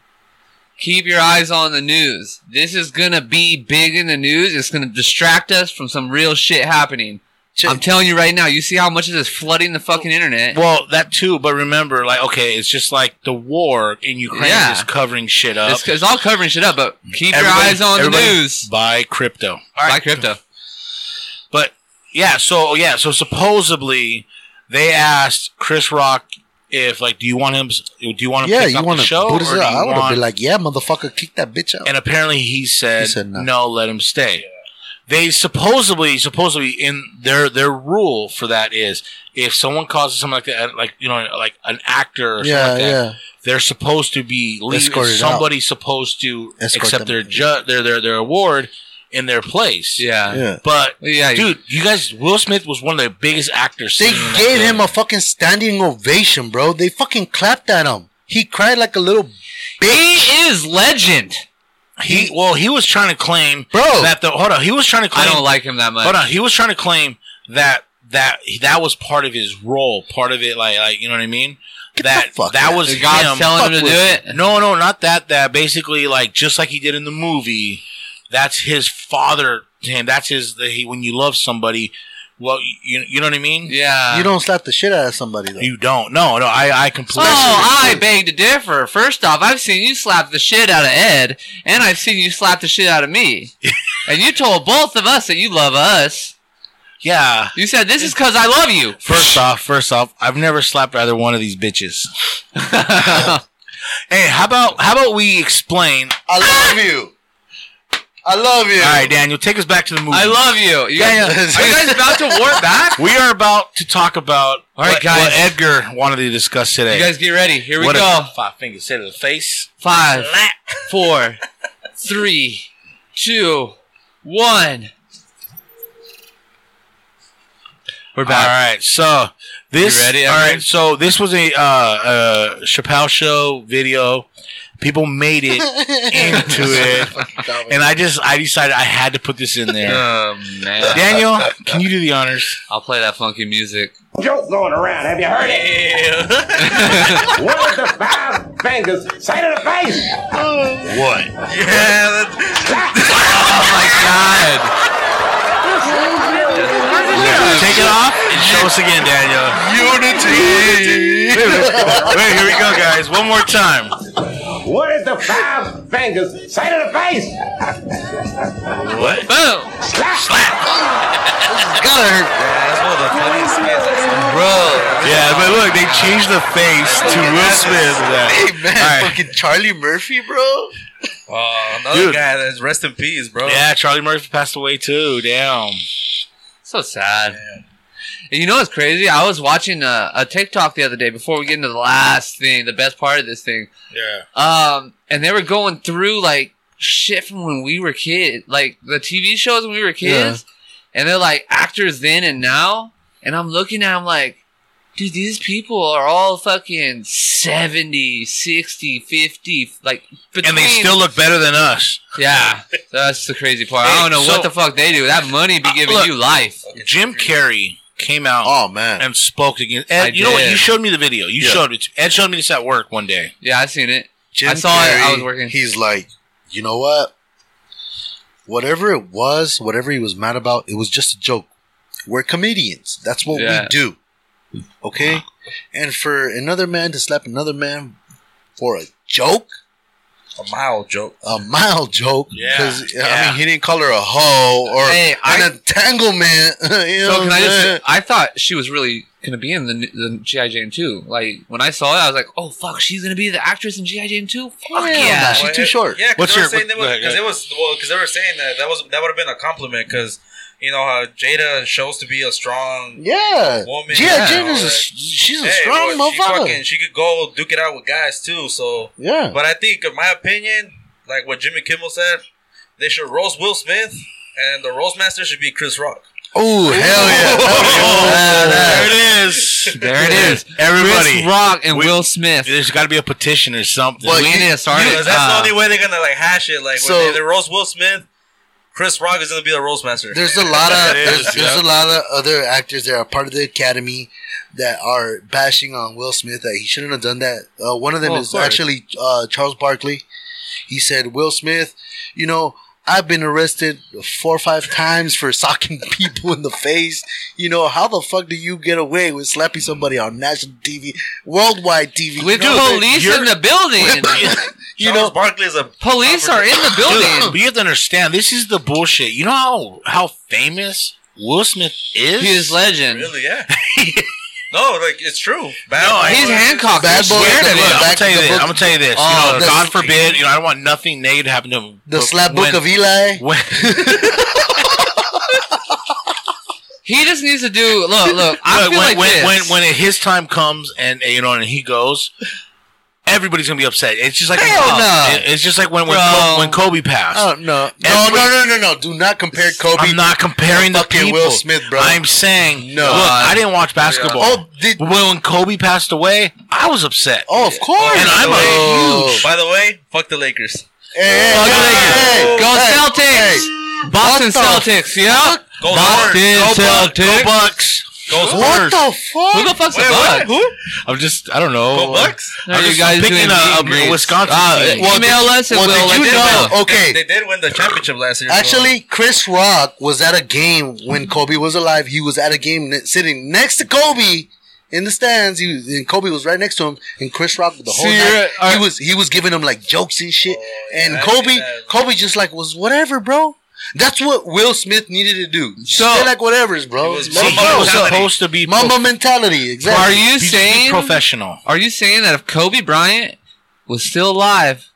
Speaker 3: Keep your eyes on the news. This is gonna be big in the news. It's gonna distract us from some real shit happening.
Speaker 1: check-
Speaker 3: I'm telling you right now. You see how much of this flooding the fucking internet?
Speaker 2: Well, that too, but remember, like, okay, it's just like the war in Ukraine
Speaker 3: Yeah.
Speaker 2: is covering shit up.
Speaker 3: It's, it's all covering shit up. But keep your
Speaker 2: Everybody-
Speaker 3: eyes on the
Speaker 2: everybody
Speaker 3: news.
Speaker 2: Buy crypto.
Speaker 3: Buy crypto.
Speaker 2: But yeah, so yeah, so supposedly they asked Chris Rock if like, do you want him? Do you want him?
Speaker 1: yeah,
Speaker 2: kicked
Speaker 1: you
Speaker 2: off
Speaker 1: want
Speaker 2: the
Speaker 1: to
Speaker 2: show?
Speaker 1: boot his
Speaker 2: or do
Speaker 1: up? I
Speaker 2: you
Speaker 1: would have
Speaker 2: want-
Speaker 1: been like, "Yeah, motherfucker, kick that bitch out."
Speaker 2: and apparently he said,
Speaker 1: He said no.
Speaker 2: no. let him stay. They supposedly, supposedly, in their their rule for that is if someone causes something like that, like you know, like an actor, or
Speaker 1: yeah,
Speaker 2: yeah, like that,
Speaker 1: yeah.
Speaker 2: they're supposed to be leave,
Speaker 1: Escorted
Speaker 2: somebody's supposed to
Speaker 1: Escort
Speaker 2: accept
Speaker 1: them.
Speaker 2: their ju- their their their award in their place.
Speaker 3: Yeah.
Speaker 1: Yeah.
Speaker 2: But
Speaker 3: Yeah, you-
Speaker 2: dude, you guys, Will Smith was one of the biggest actors.
Speaker 1: They
Speaker 2: singing that
Speaker 1: gave
Speaker 2: day.
Speaker 1: him a fucking standing ovation, bro. They fucking clapped at him. He cried like a little
Speaker 3: He
Speaker 1: bitch,
Speaker 3: is legend.
Speaker 2: He well, he was trying to claim
Speaker 1: bro.
Speaker 2: that the hold on, he was trying to
Speaker 3: I
Speaker 2: claim.
Speaker 3: don't like him that much.
Speaker 2: hold on, he was trying to claim that that that was part of his role, part of it, like like you know what I mean.
Speaker 1: Get the
Speaker 2: that
Speaker 1: fuck
Speaker 2: that
Speaker 1: out.
Speaker 2: was
Speaker 3: Is God
Speaker 2: him.
Speaker 3: telling him
Speaker 1: Fuck
Speaker 3: to do
Speaker 1: with
Speaker 3: it?
Speaker 2: No, no, not that. That basically, like, just like he did in the movie, that's his father to him. That's his. The, he, when you love somebody, well, you you know what I mean.
Speaker 3: Yeah.
Speaker 1: you don't slap the shit out of somebody though.
Speaker 2: You don't. No, no. I I completely.
Speaker 3: Oh, I beg to differ. First off, I've seen you slap the shit out of Ed, and I've seen you slap the shit out of me. and you told both of us that you love us.
Speaker 2: yeah.
Speaker 3: You said this is because I love you.
Speaker 2: First off, first off, I've never slapped either one of these bitches. hey, how about how about we explain?
Speaker 1: I love you. I love you.
Speaker 2: All right, Daniel, take us back to the movie.
Speaker 3: I love you. you guys,
Speaker 1: yeah.
Speaker 3: Are you guys about to warp back?
Speaker 2: We are about to talk about
Speaker 3: All right,
Speaker 2: what,
Speaker 3: guys.
Speaker 2: what Edgar wanted to discuss today.
Speaker 3: You guys get ready. Here we
Speaker 2: What a-
Speaker 3: go.
Speaker 2: five fingers hit to the face.
Speaker 3: Five, four, three, two, one.
Speaker 2: We're back. All right. So this.
Speaker 3: You ready,
Speaker 2: All
Speaker 3: Evan?
Speaker 2: right. So this was a uh, uh, Chappelle show video. People made it into it, and I just I decided I had to put this in there.
Speaker 3: Oh, man.
Speaker 2: Daniel, can you do the honors?
Speaker 3: I'll play that funky music.
Speaker 8: joke going around. Have you heard it? One of the five fingers, side of the face.
Speaker 2: What?
Speaker 3: Oh, my God.
Speaker 2: Take it off and show us again, Daniel. Unity. Wait, here we go, guys. One more time.
Speaker 8: One of the five fingers, side of the face.
Speaker 2: What?
Speaker 3: Boom!
Speaker 4: That's one of the funniest skits I've seen.
Speaker 3: Bro,
Speaker 2: Yeah, but look, they changed the face to Will Smith.
Speaker 1: Hey man,
Speaker 2: All right.
Speaker 1: fucking Charlie Murphy, bro.
Speaker 4: Oh, another
Speaker 2: Dude.
Speaker 4: guy that's rest in peace, bro.
Speaker 2: Yeah, Charlie Murphy passed away too. Damn.
Speaker 3: so sad. And You know what's crazy? I was watching a, a TikTok the other day before we get into the last thing, the best part of this thing.
Speaker 2: Yeah.
Speaker 3: Um, and they were going through like shit from when we were kids, like the TV shows when we were kids, and they're like actors then and now. And I'm looking at, them like, dude, these people are all fucking 70, 60, 50, like, between,
Speaker 2: and they still look better than us.
Speaker 3: yeah, that's the crazy part. I don't know
Speaker 2: so-
Speaker 3: what the fuck they do. That money be
Speaker 2: Uh,
Speaker 3: giving
Speaker 2: look.
Speaker 3: you life.
Speaker 2: Jim Carrey came out
Speaker 1: Oh man,
Speaker 2: and spoke against Ed.
Speaker 3: I
Speaker 2: you know what?
Speaker 3: did.
Speaker 2: You showed me the video. You
Speaker 1: Yeah.
Speaker 2: showed it. To, Ed showed me this at work one day.
Speaker 3: Yeah, I seen it.
Speaker 1: Jim
Speaker 3: I saw it. I was working.
Speaker 1: He's like, you know what? Whatever it was, whatever he was mad about, it was just a joke. We're comedians. That's what
Speaker 3: Yeah.
Speaker 1: we do. Okay? And for another man to slap another man for a joke,
Speaker 4: A mild joke.
Speaker 1: a mild joke,
Speaker 2: Yeah,
Speaker 1: I
Speaker 2: yeah.
Speaker 1: mean, he didn't call her a hoe or
Speaker 3: Hey,
Speaker 1: an
Speaker 3: I-
Speaker 1: entanglement. you know
Speaker 3: So can
Speaker 1: what
Speaker 3: I
Speaker 1: I'm
Speaker 3: just?
Speaker 1: saying?
Speaker 3: I thought she was really gonna be in the the GI Jane two. Like when I saw it, I was like, "Oh fuck, she's gonna be the actress in GI Jane two. Fuck yeah!"
Speaker 1: Yeah. She's Ah, too short.
Speaker 4: Yeah,
Speaker 2: What's
Speaker 4: because they,
Speaker 2: your-
Speaker 4: were saying they,
Speaker 2: what-
Speaker 4: were- 'cause they was well, 'cause they were saying that that was that would have been a compliment because you know how Jada shows to be a strong
Speaker 1: Yeah.
Speaker 4: woman.
Speaker 1: Gia
Speaker 4: Yeah,
Speaker 1: Jin is a,
Speaker 4: like,
Speaker 1: she's a
Speaker 4: hey,
Speaker 1: strong
Speaker 4: well, she
Speaker 1: motherfucker.
Speaker 4: fucking- She could go duke it out with guys too. So,
Speaker 1: yeah.
Speaker 4: but I think, in my opinion, like what Jimmy Kimmel said, they should roast Will Smith, and the roast master should be Chris Rock.
Speaker 1: Oh, hell yeah.
Speaker 2: there it is.
Speaker 3: There it is.
Speaker 2: Everybody,
Speaker 3: Chris Rock and
Speaker 2: We-
Speaker 3: Will Smith.
Speaker 2: there's got to be a petition or something.
Speaker 1: Well,
Speaker 3: we
Speaker 1: you-
Speaker 3: need to start
Speaker 4: Because
Speaker 3: it.
Speaker 4: that's the
Speaker 3: Uh,
Speaker 4: only way they're gonna like hash it. Like
Speaker 1: so-
Speaker 4: when they, they roast Will Smith, Chris Rock is gonna be the roast master.
Speaker 1: there's a lot of
Speaker 2: It
Speaker 1: there's,
Speaker 2: is,
Speaker 1: there's
Speaker 2: yeah.
Speaker 1: a lot of other actors that are part of the academy that are bashing on Will Smith that he shouldn't have done that. Uh, one of them
Speaker 3: Oh, of
Speaker 1: is
Speaker 3: course.
Speaker 1: actually uh, Charles Barkley. He said, "Will Smith, you know." I've been arrested four or five times for socking people in the face. You know, how the fuck do you get away with slapping somebody on national TV, worldwide TV?
Speaker 3: with
Speaker 1: you know, what I'm
Speaker 3: police
Speaker 1: saying?
Speaker 3: in the building.
Speaker 1: you
Speaker 4: Charles
Speaker 1: know,
Speaker 4: Barkley is a
Speaker 3: police are in the
Speaker 2: Dude,
Speaker 3: building.
Speaker 2: but you have to understand, this is the bullshit. You know how how famous Will Smith is.
Speaker 3: He is legend.
Speaker 4: really yeah. no, like it's true. Bad
Speaker 2: No, I-
Speaker 3: He's Hancock.
Speaker 1: Bad
Speaker 3: You're
Speaker 1: boy
Speaker 3: scared
Speaker 1: in the
Speaker 3: of
Speaker 1: book.
Speaker 3: him.
Speaker 2: I'm gonna
Speaker 1: back
Speaker 2: tell you
Speaker 1: to the
Speaker 2: this.
Speaker 1: book.
Speaker 2: I'm gonna tell you this.
Speaker 3: Oh,
Speaker 2: you know,
Speaker 1: the-
Speaker 2: God forbid. You know, I don't want nothing negative to happen to him.
Speaker 1: the
Speaker 2: But
Speaker 1: slap book
Speaker 2: when-
Speaker 1: of Eli.
Speaker 2: when-
Speaker 3: He just needs to do. Look, look. I
Speaker 2: But
Speaker 3: feel
Speaker 2: when,
Speaker 3: like
Speaker 2: when,
Speaker 3: this.
Speaker 2: when when it- his time comes and uh, you know and he goes, everybody's gonna be upset. It's just like
Speaker 3: Hell
Speaker 2: uh,
Speaker 3: no.
Speaker 2: it- it's just like when when,
Speaker 3: Bro.
Speaker 2: Kobe, when Kobe passed.
Speaker 1: Oh no, no,
Speaker 2: Every-
Speaker 1: no, no, no, no! Do not compare Kobe.
Speaker 2: I'm not comparing the
Speaker 1: fucking
Speaker 2: people.
Speaker 1: Will Smith, bro.
Speaker 2: I'm saying
Speaker 1: No.
Speaker 2: Look, I didn't watch basketball.
Speaker 1: Oh, did,
Speaker 2: But when Kobe passed away, I was upset.
Speaker 1: oh, of course.
Speaker 2: And I'm a
Speaker 1: Oh.
Speaker 2: huge-
Speaker 4: By the way, fuck the Lakers.
Speaker 1: Hey, hey,
Speaker 2: Fuck
Speaker 1: hey,
Speaker 2: Lakers.
Speaker 1: hey,
Speaker 3: Go
Speaker 1: hey.
Speaker 3: Celtics. Boston
Speaker 1: What the
Speaker 3: Celtics. Yeah.
Speaker 4: Go
Speaker 2: Boston
Speaker 4: Spurs.
Speaker 2: Celtics. Go Bucks.
Speaker 4: Go Spurs.
Speaker 1: What the fuck?
Speaker 3: Who the fuck's the
Speaker 4: Wait, what?
Speaker 3: Bucks?
Speaker 4: Who?
Speaker 2: I'm just I don't know.
Speaker 4: Go Bucks.
Speaker 3: Are
Speaker 2: I'm
Speaker 3: you
Speaker 2: just
Speaker 3: guys
Speaker 2: picking
Speaker 3: doing
Speaker 2: a-
Speaker 3: meet
Speaker 2: a
Speaker 3: and greets?
Speaker 2: Wisconsin team.
Speaker 3: Uh, email us and
Speaker 1: well,
Speaker 3: we'll
Speaker 1: did
Speaker 3: let
Speaker 1: you
Speaker 3: you
Speaker 1: know?
Speaker 3: know.
Speaker 1: Okay,
Speaker 4: They did win the championship last year. so-
Speaker 1: actually, Chris Rock was at a game when Kobe was alive. He was at a game ne- sitting next to Kobe in the stands. He was, and Kobe was right next to him, and Chris Rock the whole
Speaker 3: See,
Speaker 1: night
Speaker 3: you're- all
Speaker 1: he
Speaker 3: right.
Speaker 1: was he was giving him like jokes and shit.
Speaker 4: yeah,
Speaker 1: and
Speaker 4: I
Speaker 1: Kobe,
Speaker 4: see that.
Speaker 1: Kobe just like was whatever, bro. That's what Will Smith needed to do.
Speaker 3: So-
Speaker 1: Stay like whatever's, bro.
Speaker 4: He was
Speaker 1: Let
Speaker 2: See,
Speaker 1: him
Speaker 2: he
Speaker 4: Mamba
Speaker 1: go.
Speaker 2: was
Speaker 4: mentality.
Speaker 2: supposed to be
Speaker 1: Mamba mentality. Exactly.
Speaker 3: Are you
Speaker 2: He's supposed to be
Speaker 3: saying?
Speaker 2: professional?
Speaker 3: Are you saying that if Kobe Bryant was still alive,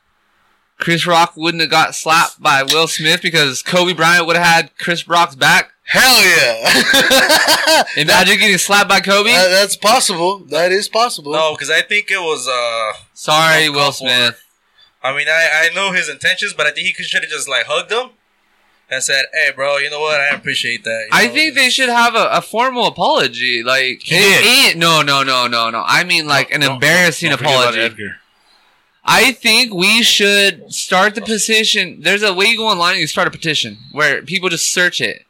Speaker 3: Chris Rock wouldn't have got slapped by Will Smith because Kobe Bryant would have had Chris Rock's back?
Speaker 1: Hell yeah.
Speaker 3: Imagine getting slapped by Kobe.
Speaker 1: That- that's possible. That is possible.
Speaker 4: no, because I think it was. uh
Speaker 3: Sorry, Will
Speaker 4: for
Speaker 3: Smith.
Speaker 4: I mean, I I know his intentions, but I think he should have just like hugged him and said, "Hey, bro, you know what? I appreciate that." you
Speaker 3: I
Speaker 4: know,
Speaker 3: think they
Speaker 4: just-
Speaker 3: should have a, a formal apology. Like
Speaker 2: He
Speaker 3: it
Speaker 2: did.
Speaker 3: ain't- no, no, no, no, no. I mean like an embarrassing
Speaker 2: Don't forget about
Speaker 3: apology.
Speaker 2: Edgar.
Speaker 3: I think we should start the petition. There's a way you go online and you start a petition where people just search it,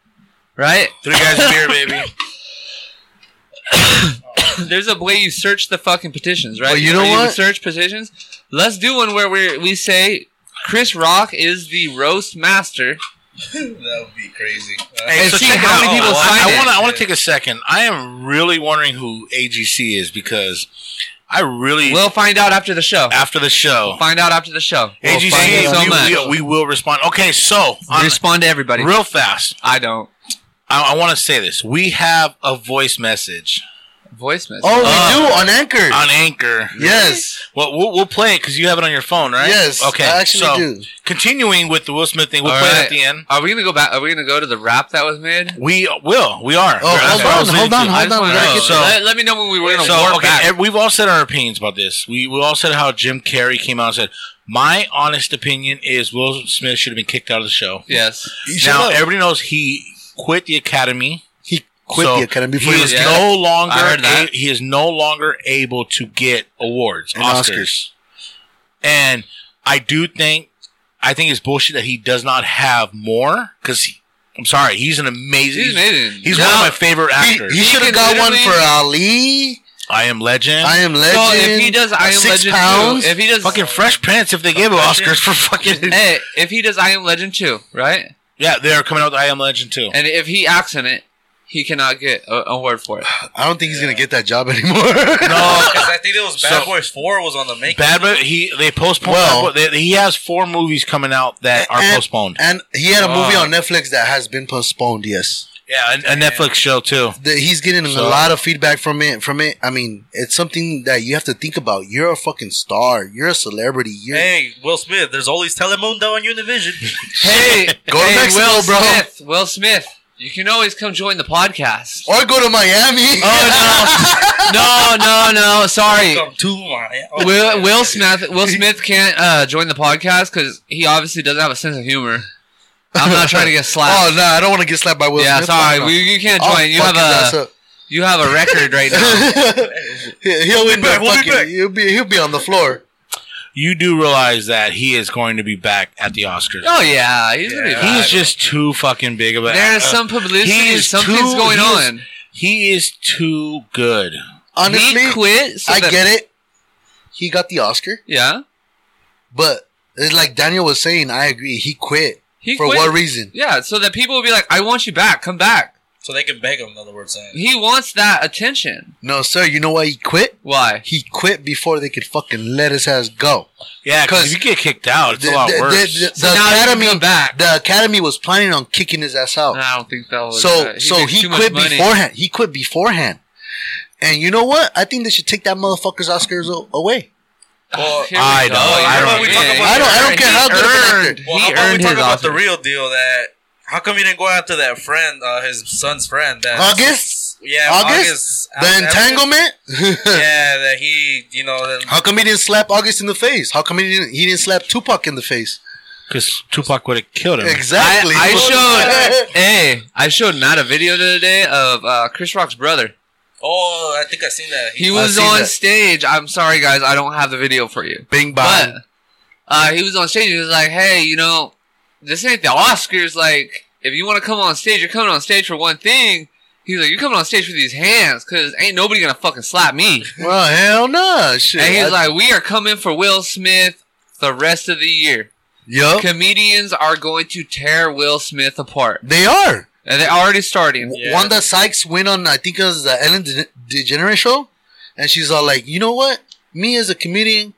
Speaker 3: right?
Speaker 2: Three guys a beer, baby.
Speaker 3: There's a way you search the fucking petitions, right?
Speaker 1: Well, you know
Speaker 3: Or
Speaker 1: what?
Speaker 3: search petitions. Let's do one where we we say Chris Rock is the roast master.
Speaker 4: that would be crazy. Uh,
Speaker 2: Hey,
Speaker 3: And
Speaker 2: so
Speaker 3: see
Speaker 2: check it
Speaker 3: how
Speaker 2: out. Oh,
Speaker 3: many people
Speaker 2: I-
Speaker 3: sign
Speaker 2: I
Speaker 3: it.
Speaker 2: want to. I want to take a second. I am really wondering who AGC is because I really
Speaker 3: We'll find out after the show.
Speaker 2: after the show.
Speaker 3: Find out after the show. We'll
Speaker 2: AGC,
Speaker 3: find out so
Speaker 2: we-
Speaker 3: much.
Speaker 2: we, we will respond. Okay, so on,
Speaker 3: Respond to everybody.
Speaker 2: real fast,
Speaker 3: I don't.
Speaker 2: I, I want to say this. We have a voice message
Speaker 3: Voice message.
Speaker 1: oh, we
Speaker 2: Uh,
Speaker 1: do on Anchor.
Speaker 2: on Anchor.
Speaker 1: yes.
Speaker 2: Well, we'll, we'll play it because you have it on your phone, right?
Speaker 1: Yes.
Speaker 2: Okay.
Speaker 1: I actually
Speaker 2: so
Speaker 1: do.
Speaker 2: continuing with the Will Smith thing, we'll
Speaker 3: All
Speaker 2: play it
Speaker 3: right.
Speaker 2: at the end.
Speaker 3: Are we gonna go back? Are we gonna go to the rap that was made?
Speaker 2: We will. We are.
Speaker 1: Oh,
Speaker 2: That's
Speaker 1: hold
Speaker 2: what I was
Speaker 1: on, hold
Speaker 2: leading
Speaker 1: on,
Speaker 2: to.
Speaker 1: hold
Speaker 3: I just
Speaker 1: on.
Speaker 3: wanna
Speaker 1: we gotta
Speaker 3: know.
Speaker 1: get
Speaker 2: so-
Speaker 3: let, let me know when we were gonna
Speaker 2: So
Speaker 3: warp
Speaker 2: okay,
Speaker 3: back.
Speaker 2: ev- we've all said our opinions about this. We we all said how Jim Carrey came out and said, "My honest opinion is Will Smith should have been kicked out of the show."
Speaker 3: yes.
Speaker 1: He should
Speaker 2: Now
Speaker 1: have.
Speaker 2: everybody knows he quit the Academy.
Speaker 1: He quit
Speaker 2: So
Speaker 1: the academy before
Speaker 2: he
Speaker 1: he
Speaker 2: is
Speaker 1: was
Speaker 3: Yeah.
Speaker 2: no longer
Speaker 3: I heard that.
Speaker 2: a- he is no longer able to get awards,
Speaker 1: And
Speaker 2: Oscars.
Speaker 1: Oscars.
Speaker 2: and I do think I think it's bullshit that he does not have more because I'm sorry, he's an amazing.
Speaker 3: He's amazing.
Speaker 2: he's one of my favorite
Speaker 1: He,
Speaker 2: actors.
Speaker 1: he should
Speaker 3: can
Speaker 1: have got one
Speaker 3: literally-
Speaker 1: for Ali.
Speaker 2: I am Legend.
Speaker 1: I am legend.
Speaker 3: so if he does I am
Speaker 1: Six
Speaker 3: Legend
Speaker 1: pounds?
Speaker 3: two, if he does
Speaker 2: fucking Fresh Prince. If they gave
Speaker 4: Legend.
Speaker 2: Oscars for fucking
Speaker 3: hey, if he does I am Legend two, right?
Speaker 2: yeah, they are coming out with I am Legend too.
Speaker 3: And if he acts in it, he cannot get a- an award for it.
Speaker 1: I don't think he's gonna get that job anymore.
Speaker 2: No,
Speaker 4: Because I think it was Bad
Speaker 2: So-
Speaker 4: Boys Four was on the make.
Speaker 2: Bad Boy. He they postponed.
Speaker 1: Well-
Speaker 2: Bad Boy- they- he has four movies coming out that are
Speaker 1: And-
Speaker 2: postponed.
Speaker 1: And he had a movie
Speaker 3: Fuck.
Speaker 1: on Netflix that has been postponed. Yes,
Speaker 2: yeah, a, a Netflix show too.
Speaker 1: The- he's getting
Speaker 2: So-
Speaker 1: a lot of feedback from it. From it, I mean, it's something that you have to think about. You're a fucking star. You're a celebrity. You're
Speaker 4: Hey, Will Smith, there's always Telemundo on Univision.
Speaker 3: Hey,
Speaker 1: Go to
Speaker 3: hey,
Speaker 1: Mexico,
Speaker 3: Will
Speaker 1: bro.
Speaker 3: Smith. Will Smith, you can always come join the podcast.
Speaker 1: or go to Miami.
Speaker 3: Oh, no, no, no. Sorry.
Speaker 4: Come to my.
Speaker 3: Will, Will Smith Will Smith can't uh, join the podcast because he obviously doesn't have a sense of humor. I'm not trying to get slapped.
Speaker 1: oh no, I don't want to get slapped by Will
Speaker 3: yeah,
Speaker 1: Smith. Oh,
Speaker 3: sorry,
Speaker 1: No, no.
Speaker 3: we, you can't
Speaker 1: I'll
Speaker 3: join. You
Speaker 1: fuck
Speaker 3: have
Speaker 1: his ass
Speaker 3: a
Speaker 1: up.
Speaker 3: you have a record right now.
Speaker 1: He- he'll win
Speaker 4: back,
Speaker 1: the
Speaker 4: we'll be back.
Speaker 1: fucking. He'll be he'll be on the floor.
Speaker 2: You do realize that he is going to be back at the Oscars.
Speaker 3: Oh yeah, he's gonna be.
Speaker 4: Yeah.
Speaker 3: fine.
Speaker 2: He's just too fucking big of a.
Speaker 3: There's
Speaker 2: uh,
Speaker 3: some
Speaker 2: he
Speaker 3: publicity.
Speaker 2: is
Speaker 3: Something's
Speaker 2: too-
Speaker 3: going
Speaker 2: he is-
Speaker 3: on.
Speaker 2: he is too good.
Speaker 1: Honestly,
Speaker 3: he quit. So
Speaker 1: I
Speaker 3: that-
Speaker 1: get it. He got the Oscar,
Speaker 3: Yeah,
Speaker 1: but it's like Daniel was saying. I agree. He quit
Speaker 3: he
Speaker 1: for
Speaker 3: quit.
Speaker 1: what reason?
Speaker 3: Yeah, so that people will be like, "I want you back. Come back."
Speaker 4: So they can beg him, in other words, saying.
Speaker 3: He wants that attention.
Speaker 1: No, sir. You know why he quit?
Speaker 3: Why?
Speaker 1: He quit before they could fucking let his ass go.
Speaker 2: Yeah, because
Speaker 1: 'Cause
Speaker 2: if you get kicked out, it's
Speaker 1: the-
Speaker 2: a lot
Speaker 1: the-
Speaker 2: worse.
Speaker 1: the- the-
Speaker 3: So now he can come back.
Speaker 1: The Academy was planning on kicking his ass out.
Speaker 3: Nah, I don't think that was.
Speaker 1: so
Speaker 3: that.
Speaker 1: so
Speaker 3: makes
Speaker 1: he
Speaker 3: too much
Speaker 1: quit
Speaker 3: money.
Speaker 1: beforehand. He quit beforehand. And you know what? I think they should take that motherfucker's Oscars a- away.
Speaker 4: Well,
Speaker 3: Here we
Speaker 2: I
Speaker 3: go.
Speaker 2: don't-
Speaker 3: You
Speaker 2: I
Speaker 3: know
Speaker 2: don't-
Speaker 3: what we
Speaker 4: Yeah,
Speaker 3: talk about
Speaker 1: I don't. I
Speaker 3: here?
Speaker 1: don't care how good of an actor.
Speaker 4: well,
Speaker 3: He
Speaker 4: how about we
Speaker 3: earned
Speaker 4: talk
Speaker 3: his
Speaker 4: about the
Speaker 3: Oscar.
Speaker 4: real deal that. How come he didn't go after that friend, uh, his son's friend? That
Speaker 1: August?
Speaker 4: Yeah,
Speaker 1: August?
Speaker 4: August.
Speaker 1: The
Speaker 4: August-
Speaker 1: entanglement.
Speaker 4: Yeah, that he, you know, that,
Speaker 1: How come he didn't slap August in the face? How come he didn't he didn't slap Tupac in the face?
Speaker 2: Because Tupac would have killed him.
Speaker 1: Exactly.
Speaker 3: Mm. I, I
Speaker 1: Fucking-
Speaker 3: showed hey, I showed Matt a video the other day of uh, Chris Rock's brother.
Speaker 4: oh, I think I seen that.
Speaker 3: He
Speaker 1: I've
Speaker 3: was
Speaker 1: seen
Speaker 3: on
Speaker 1: Uh, that.
Speaker 3: stage. I'm sorry, guys, I don't have the video for you.
Speaker 1: Bing
Speaker 3: But
Speaker 1: bong.
Speaker 3: uh, he was on stage. He was like, "Hey, you know, this ain't the Oscars. Like, if you want to come on stage, you're coming on stage for one thing." He's like, "You're coming on stage for these hands, cause ain't nobody gonna fucking slap me."
Speaker 1: Well, hell no. Shit.
Speaker 3: And he's
Speaker 1: I-
Speaker 3: like, "We are coming for Will Smith the rest of the year.
Speaker 1: yup.
Speaker 3: Comedians are going to tear Will Smith apart."
Speaker 1: They are.
Speaker 3: And they're already starting.
Speaker 1: W-
Speaker 4: Yeah.
Speaker 1: Wanda Sykes went on, I think it was the Ellen De- DeGeneres show, and she's all like, you know what? Me as a comedian,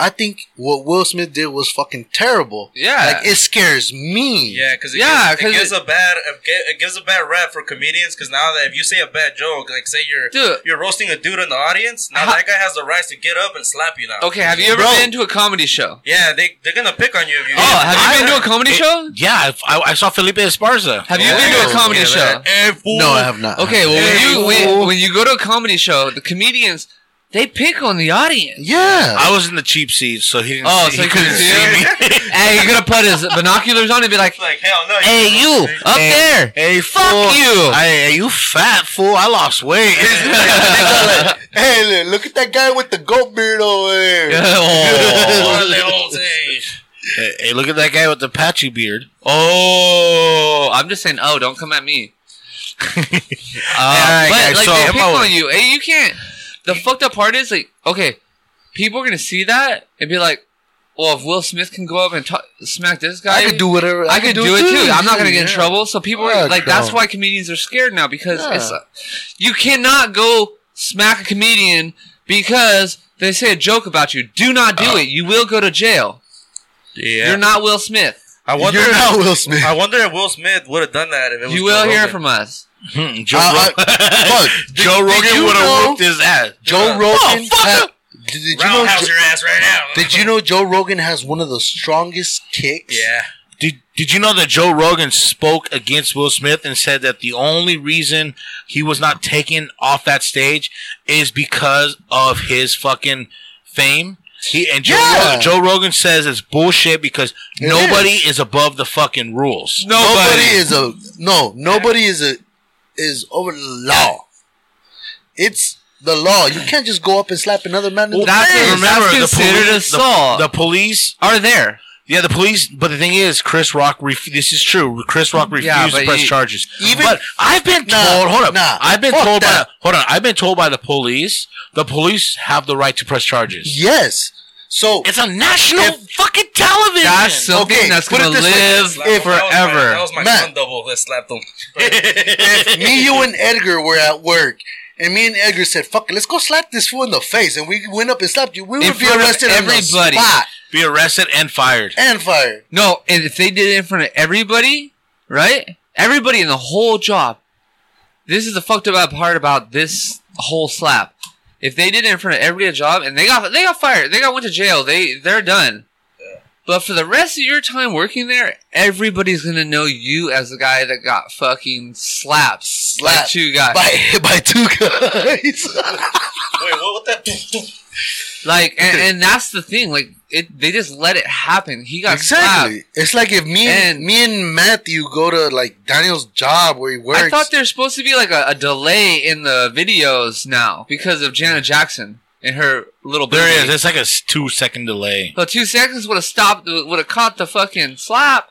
Speaker 1: I think what Will Smith did was fucking terrible.
Speaker 3: Yeah.
Speaker 1: Like, it scares me.
Speaker 4: Yeah, because it,
Speaker 3: Yeah,
Speaker 4: gives,
Speaker 3: 'cause
Speaker 4: it gives
Speaker 3: it-
Speaker 4: a bad it gi- it gives a bad rap for comedians. Because now that if you say a bad joke, like say you're
Speaker 3: Dude.
Speaker 4: you're roasting a dude in the audience, now
Speaker 3: How-
Speaker 4: that guy has the rights to get up and slap you now.
Speaker 3: Okay, have you ever
Speaker 1: Bro.
Speaker 3: been to a comedy show?
Speaker 4: Yeah, they they're gonna pick on you if you.
Speaker 3: Oh, have you been to a
Speaker 4: I-
Speaker 3: comedy show?
Speaker 2: Yeah, I, I saw Felipe Esparza.
Speaker 3: Have you been to a
Speaker 4: Oh,
Speaker 3: comedy
Speaker 4: yeah,
Speaker 3: show?
Speaker 4: that- eh, fool.
Speaker 1: No, I have not.
Speaker 3: Okay,
Speaker 4: Hey,
Speaker 3: well, when you
Speaker 4: fool.
Speaker 3: when, when you go to a comedy show, the comedians they pick on the audience.
Speaker 1: Yeah.
Speaker 2: I was in the cheap seats, so he didn't.
Speaker 3: Oh,
Speaker 2: see,
Speaker 3: so
Speaker 2: he
Speaker 3: you couldn't
Speaker 2: couldn't
Speaker 3: see
Speaker 2: see me.
Speaker 3: him? hey, you're gonna put his binoculars on and be like,
Speaker 4: Like hell no.
Speaker 3: "Hey, you up there?
Speaker 2: Hey,
Speaker 3: Fuck
Speaker 2: fool.
Speaker 3: you."
Speaker 2: Hey, hey, you fat fool! I lost weight.
Speaker 1: hey, look, look at that guy with the goat beard over there.
Speaker 4: Oh,
Speaker 2: oh.
Speaker 4: Leon's, hey.
Speaker 2: hey, hey, look at that guy with the patchy beard.
Speaker 3: Oh, I'm just saying. Oh, don't come at me. Uh,
Speaker 2: right,
Speaker 3: but
Speaker 2: guys,
Speaker 3: like
Speaker 2: so
Speaker 3: they
Speaker 2: I'm
Speaker 3: pick
Speaker 2: out.
Speaker 3: on you. Hey, you can't. The fucked up part is like, okay, people are gonna see that and be like, well, if Will Smith can go up and ta smack this guy,
Speaker 1: I could do whatever.
Speaker 3: I could do, it too. I'm not gonna get in
Speaker 1: yeah.
Speaker 3: trouble. So people are
Speaker 1: Yeah,
Speaker 3: like, that's
Speaker 1: trouble.
Speaker 3: why comedians are scared now because
Speaker 1: Yeah.
Speaker 3: it's uh, you cannot go smack a comedian because they say a joke about you. Do not do it. You will go to jail.
Speaker 4: Yeah.
Speaker 3: You're not Will Smith.
Speaker 4: I wonder.
Speaker 1: You're not Will Smith.
Speaker 4: I wonder if Will Smith would have done that if it was.
Speaker 3: You will
Speaker 4: Joe
Speaker 3: hear
Speaker 4: Rogan.
Speaker 3: from us.
Speaker 2: Hmm, Joe,
Speaker 1: I-
Speaker 2: Rog-
Speaker 1: Fuck.
Speaker 2: Joe
Speaker 1: did
Speaker 2: Rogan
Speaker 1: you
Speaker 2: would have
Speaker 1: know-
Speaker 2: whooped his ass. Oh,
Speaker 1: Joe
Speaker 3: Oh,
Speaker 1: Rogan. had- did, did you know?
Speaker 4: Roundhouse
Speaker 1: Jo-
Speaker 4: your ass right now.
Speaker 1: did you know Joe Rogan has one of the strongest kicks?
Speaker 4: Yeah.
Speaker 2: Did Did you know that Joe Rogan spoke against Will Smith and said that the only reason he was not taken off that stage is because of his fucking fame? He and Joe,
Speaker 1: Yeah.
Speaker 2: Rogan, Joe Rogan says it's bullshit because
Speaker 1: It
Speaker 2: nobody is. above the fucking rules.
Speaker 1: Nobody is a no. Nobody is a is over the law. It's the law. You can't just go up and slap another man in the
Speaker 3: That's-
Speaker 1: face.
Speaker 2: remember
Speaker 3: that's
Speaker 2: the
Speaker 3: considered
Speaker 2: police. The,
Speaker 3: assault.
Speaker 2: the police.
Speaker 3: Are there?
Speaker 2: Yeah, the police. But the thing is, Chris Rock. Ref- this is true. Chris Rock refused
Speaker 3: Yeah,
Speaker 2: to
Speaker 3: but
Speaker 2: press
Speaker 3: you-
Speaker 2: charges.
Speaker 1: Even-
Speaker 2: but I've been
Speaker 1: Nah,
Speaker 2: told. Hold up.
Speaker 1: nah.
Speaker 2: I've been
Speaker 1: Fuck
Speaker 2: told by.
Speaker 1: that.
Speaker 2: Hold on. I've been told by the police. The police have the right to press charges.
Speaker 1: Yes. So
Speaker 2: It's on national
Speaker 1: If-
Speaker 2: fucking television.
Speaker 3: That's something
Speaker 1: Okay,
Speaker 3: that's
Speaker 1: put it
Speaker 3: gonna
Speaker 1: this way.
Speaker 3: live
Speaker 4: Slap him.
Speaker 3: forever.
Speaker 4: That was my, that was my
Speaker 1: Man.
Speaker 4: stunt double that slapped him.
Speaker 1: if me, you, and Edgar were at work, and me and Edgar said, "Fuck, it, let's go slap this fool in the face," and we went up and slapped you, we
Speaker 3: In
Speaker 1: would be
Speaker 3: front of
Speaker 1: arrested on the
Speaker 3: everybody.
Speaker 1: spot
Speaker 2: be arrested and fired.
Speaker 1: and fired.
Speaker 3: No, and if they did it in front of everybody, right? Everybody in the whole job. This is the fucked up part about this whole slap. If they did it in front of everybody at job and they got they got fired, they got went to jail, they they're done. But for the rest of your time working there, everybody's gonna know you as the guy that got fucking slapped,
Speaker 1: Slapped
Speaker 3: slapped two guys.
Speaker 1: by by two guys.
Speaker 4: Wait, what was that?
Speaker 3: Like, and, and that's the thing. Like, it they just let it happen. He got slapped.
Speaker 1: exactly. It's like if me and,
Speaker 3: And-
Speaker 1: me and Matthew go to like Daniel's job where he works.
Speaker 3: I thought there's supposed to be like a, a delay in the videos now because of Janet Jackson and her little baby.
Speaker 2: There is. It's like a s- two second delay.
Speaker 3: So two seconds would have stopped, would have caught the fucking slap.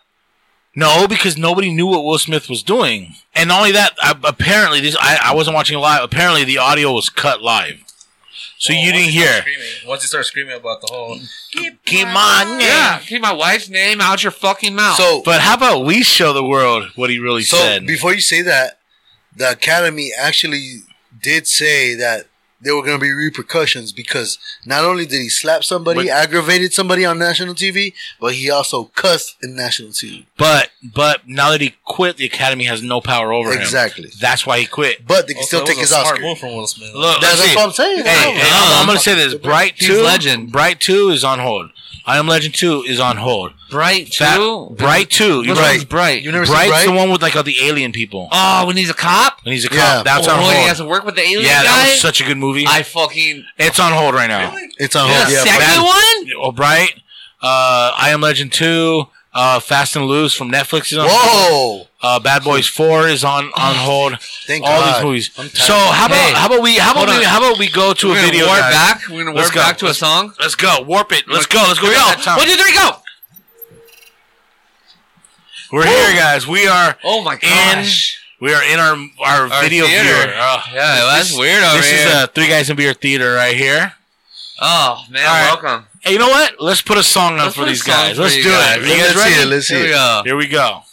Speaker 2: No, because nobody knew what Will Smith was doing, and not only that, I, apparently this I, I wasn't watching live. Apparently, the audio was cut live, so
Speaker 4: Oh,
Speaker 2: you
Speaker 4: once
Speaker 2: didn't
Speaker 4: he starts
Speaker 2: hear.
Speaker 4: screaming- Once you start screaming about the whole,
Speaker 2: Keep on,
Speaker 3: Yeah, keep my wife's name out your fucking mouth.
Speaker 1: so.
Speaker 2: But how about we show the world what he really
Speaker 1: so
Speaker 2: said?
Speaker 1: before you say that, the academy actually did say that there were going to be repercussions because not only did he slap somebody,
Speaker 2: But-
Speaker 1: aggravated somebody on national TV, but he also cussed in national TV.
Speaker 2: but but now that he quit, the Academy has no power over him.
Speaker 1: Exactly.
Speaker 2: That's why he quit.
Speaker 1: But they can
Speaker 4: Also,
Speaker 1: still
Speaker 4: Oh, that
Speaker 1: take
Speaker 4: was
Speaker 1: his
Speaker 4: a smart
Speaker 1: Oscar.
Speaker 4: move from Will Smith.
Speaker 2: Look,
Speaker 1: That's
Speaker 2: let's see.
Speaker 1: what I'm saying.
Speaker 2: Hey, hey, I'm, I'm gonna say this. Bright
Speaker 3: He's
Speaker 2: two,
Speaker 3: legend.
Speaker 2: Bright two is on hold. I am Legend two is on hold.
Speaker 3: bright
Speaker 2: That-
Speaker 3: too.
Speaker 2: Bright two, you
Speaker 3: Which
Speaker 2: right.
Speaker 3: one's bright?
Speaker 1: You never seen
Speaker 2: Bright's the
Speaker 1: Bright?
Speaker 2: one with like all the alien people.
Speaker 3: oh, when he's a cop.
Speaker 2: When he's a cop,
Speaker 1: Yeah.
Speaker 2: that's on
Speaker 3: oh, he
Speaker 2: hold.
Speaker 3: has to work with the alien
Speaker 2: Yeah, that
Speaker 3: guy.
Speaker 2: was such a good movie.
Speaker 3: I fucking
Speaker 2: it's on hold right now.
Speaker 1: It's on
Speaker 3: the
Speaker 1: hold. Yeah,
Speaker 3: second
Speaker 1: but-
Speaker 3: one.
Speaker 2: Oh, Bright, uh, I Am Legend two, uh, Fast and Loose from Netflix is on. hold.
Speaker 1: Whoa!
Speaker 2: Uh, Bad Boys four is on on hold.
Speaker 1: Thank
Speaker 2: All
Speaker 1: God.
Speaker 2: these movies. So how about
Speaker 3: Hey,
Speaker 2: how about we how
Speaker 3: hold
Speaker 2: about we,
Speaker 3: on.
Speaker 2: how about we go to
Speaker 3: We're
Speaker 2: a
Speaker 3: gonna
Speaker 2: video
Speaker 3: warp
Speaker 2: guys?
Speaker 3: back. We're gonna
Speaker 2: Let's
Speaker 3: warp
Speaker 2: go.
Speaker 3: back to a song.
Speaker 2: Let's go. Warp it. Let's go. Let's go. back that time.
Speaker 3: One, two, three, go.
Speaker 2: We're here, guys. We are
Speaker 3: Oh my
Speaker 2: in
Speaker 3: gosh.
Speaker 2: we are in our our,
Speaker 3: Our
Speaker 2: video
Speaker 3: theater. Oh,
Speaker 2: viewer. Uh,
Speaker 3: Yeah, well, that's weird over
Speaker 2: this
Speaker 3: here.
Speaker 2: is a three guys in beer theater right here.
Speaker 3: oh man,
Speaker 2: All right.
Speaker 3: welcome.
Speaker 2: Hey, you know what? Let's put a song on
Speaker 3: Let's
Speaker 2: for
Speaker 3: put a
Speaker 2: these
Speaker 3: song
Speaker 2: guys.
Speaker 3: for
Speaker 2: Let's
Speaker 3: you
Speaker 2: do
Speaker 3: guys.
Speaker 2: it. Are you guys
Speaker 1: Let's see
Speaker 2: ready?
Speaker 1: it. Let's see
Speaker 3: Here we
Speaker 1: it.
Speaker 3: go.
Speaker 2: Here we go.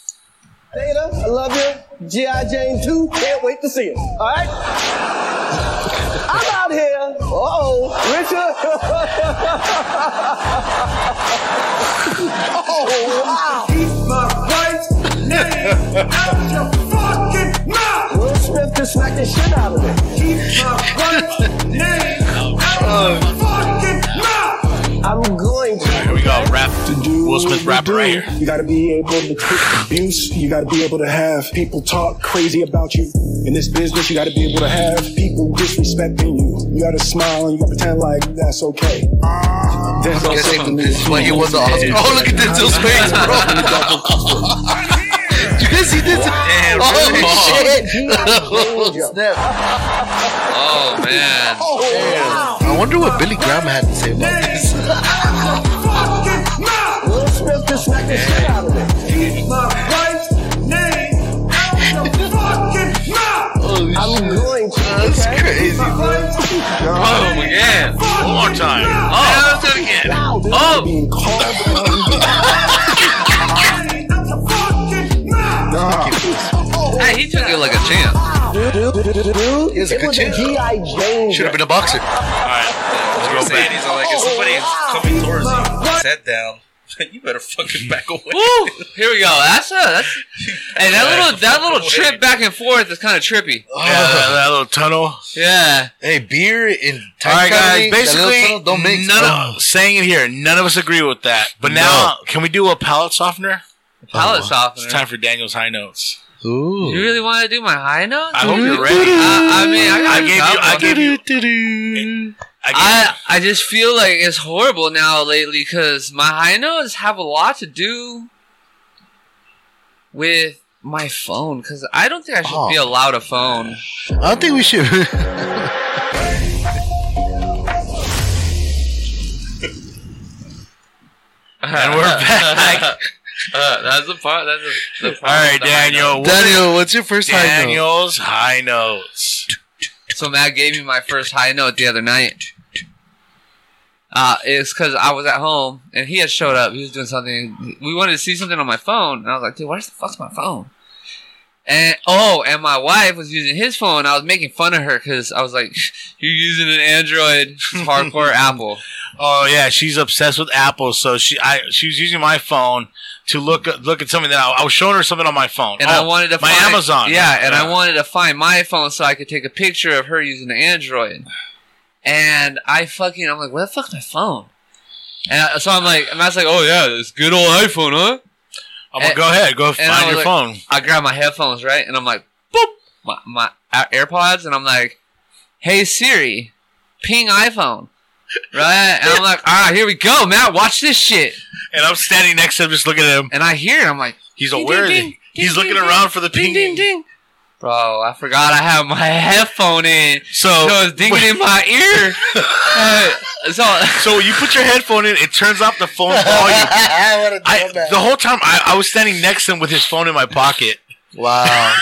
Speaker 6: Data, I love you. G.I. Jane 2, can't wait to see it. All right? I'm out here. Uh-oh, Richard. oh, wow.
Speaker 5: Keep my wife's name out your fucking mouth.
Speaker 6: Will Smith just smacked the shit out of me.
Speaker 5: Keep my wife's name out your fucking mouth.
Speaker 6: I'm going to.
Speaker 2: Here we go. Rap.
Speaker 7: do
Speaker 2: Will Smith
Speaker 7: what you
Speaker 2: rapper
Speaker 7: do.
Speaker 2: right here.
Speaker 7: You gotta be able to take abuse. You gotta be able to have people talk crazy about you. In this business, you gotta be able to have people disrespecting you. You gotta smile and you gotta pretend like that's okay. There's no
Speaker 1: Guess
Speaker 7: safety
Speaker 1: he-
Speaker 7: net.
Speaker 1: this is why he was the Oscar. Oh, look at Denzel Space, bro. you guys see this? Oh, shit.
Speaker 6: Danger.
Speaker 1: Snap.
Speaker 3: Oh man.
Speaker 1: I wonder what Billy Graham had to say about this.
Speaker 5: Name out your fucking mouth.
Speaker 6: Will Smith just smacked the shit out of me.
Speaker 5: Keep my wife's name out your fucking mouth.
Speaker 6: I'm going to.
Speaker 1: That's
Speaker 6: okay?
Speaker 1: crazy.
Speaker 5: My wife's
Speaker 3: Oh yeah.
Speaker 5: fucking
Speaker 2: One more time.
Speaker 5: mouth.
Speaker 3: Oh, let's do it again.
Speaker 7: Loud,
Speaker 3: Oh.
Speaker 7: being called out.
Speaker 5: Name out your fucking mouth.
Speaker 3: Hey, he took it like a champ.
Speaker 6: Dude, dude, dude, dude, dude.
Speaker 1: Here's a
Speaker 6: It
Speaker 1: good
Speaker 6: was a
Speaker 1: chance.
Speaker 6: G.I. Jane.
Speaker 1: Should have been a boxer.
Speaker 2: All right. Let's go
Speaker 4: saying
Speaker 2: back.
Speaker 4: he's like, if somebody's coming towards you, set down. You better fucking back away.
Speaker 3: Woo! Here we go. That's a that's. And that little that little
Speaker 4: Wait.
Speaker 3: trip back and forth is kind of trippy.
Speaker 2: Yeah, that, that little tunnel.
Speaker 3: Yeah.
Speaker 1: Hey, beer in
Speaker 2: All right, guys.
Speaker 1: Company, that little
Speaker 2: Basically,
Speaker 1: tunnel don't mix.
Speaker 2: none of, saying it here. None of us agree with that. But now, can we do a palate softener?
Speaker 3: Palate
Speaker 2: It's
Speaker 3: softener.
Speaker 2: time for Daniel's high notes.
Speaker 1: Ooh.
Speaker 3: You really want to do my high notes?
Speaker 2: I hope you're ready.
Speaker 3: I, I mean, I,
Speaker 2: I gave you. I gave you. I gave you.
Speaker 3: I I just feel like it's horrible now lately because my high notes have a lot to do with my phone because I don't think I should
Speaker 2: Oh.
Speaker 3: be allowed a phone.
Speaker 1: I don't think we should.
Speaker 2: And we're back.
Speaker 3: Uh, that's the part. That's the, the part.
Speaker 2: All right,
Speaker 3: that I know.
Speaker 2: Daniel. what is
Speaker 1: Daniel, what's your first high note?
Speaker 2: Daniel's high notes.
Speaker 3: So Matt gave me my first high note the other night. Uh, it's because I was at home and he had showed up. He was doing something. We wanted to see something on my phone, and I was like, "Dude, where the fuck's my phone?" And oh, and my wife was using his phone. I was making fun of her because I was like, "You're using an Android, it's hardcore Apple."
Speaker 2: Oh yeah, she's obsessed with Apple. So she, I, she was using my phone to look look at something that I, I was showing her something on my phone.
Speaker 3: and
Speaker 2: Oh,
Speaker 3: I wanted to
Speaker 2: my
Speaker 3: find,
Speaker 2: Amazon.
Speaker 3: Yeah, and I wanted to find my phone so I could take a picture of her using the Android. And I fucking I'm like, where the fuck's my phone? And I, so I'm like, and Matt's like, oh yeah, this good old iPhone, huh?
Speaker 2: I'm gonna go ahead, go
Speaker 3: I
Speaker 2: find
Speaker 3: was
Speaker 2: your
Speaker 3: like-
Speaker 2: phone.
Speaker 3: I grab my headphones right, and I'm like, boop, my my uh, AirPods, and I'm like, hey Siri, ping iPhone, right? And I'm like, ah, here we go, Matt, watch this shit.
Speaker 2: And I'm standing next to him, just looking at him.
Speaker 3: And I hear it, I'm like.
Speaker 2: He's
Speaker 3: Ding,
Speaker 2: aware.
Speaker 3: ding,
Speaker 2: that-
Speaker 3: ding, ding,
Speaker 2: He's looking
Speaker 3: ding,
Speaker 2: around for the
Speaker 3: ding
Speaker 2: ping.
Speaker 3: ding ding. Bro, I forgot I have my headphone in.
Speaker 2: So-
Speaker 3: so it's dinging in my ear. Uh, so
Speaker 2: So you put your headphone in, it turns off the phone volume.
Speaker 1: what a
Speaker 2: I,
Speaker 1: dumbass.
Speaker 2: the whole time I, I was standing next to him with his phone in my pocket.
Speaker 1: wow.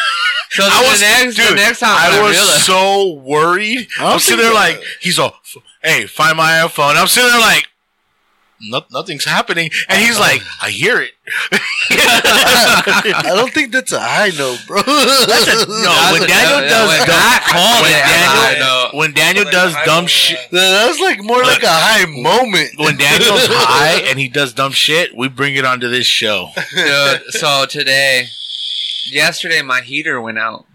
Speaker 3: so
Speaker 2: I
Speaker 3: the
Speaker 2: was
Speaker 3: next the
Speaker 2: dude,
Speaker 3: next time
Speaker 2: I
Speaker 3: when
Speaker 2: was
Speaker 3: realized-
Speaker 2: so worried. I'm sitting there like he's all, "Hey, find my iPhone." I'm sitting there like, "No- "Nothing's happening," and he's like, "I hear it."
Speaker 1: I don't think that's a high note, bro.
Speaker 2: That's a- no,
Speaker 3: That's
Speaker 2: when
Speaker 3: a-
Speaker 2: Daniel
Speaker 3: yeah,
Speaker 2: does
Speaker 3: when
Speaker 2: dumb,
Speaker 3: I called
Speaker 2: when
Speaker 3: it, I
Speaker 2: Daniel,
Speaker 3: know.
Speaker 2: when Daniel
Speaker 4: Like,
Speaker 2: does
Speaker 4: I
Speaker 2: dumb
Speaker 4: will,
Speaker 2: shit,
Speaker 4: uh,
Speaker 1: That was like more like a high moment.
Speaker 2: when Daniel's high and he does dumb shit, we bring it onto this show.
Speaker 3: dude, so today, yesterday my heater went out.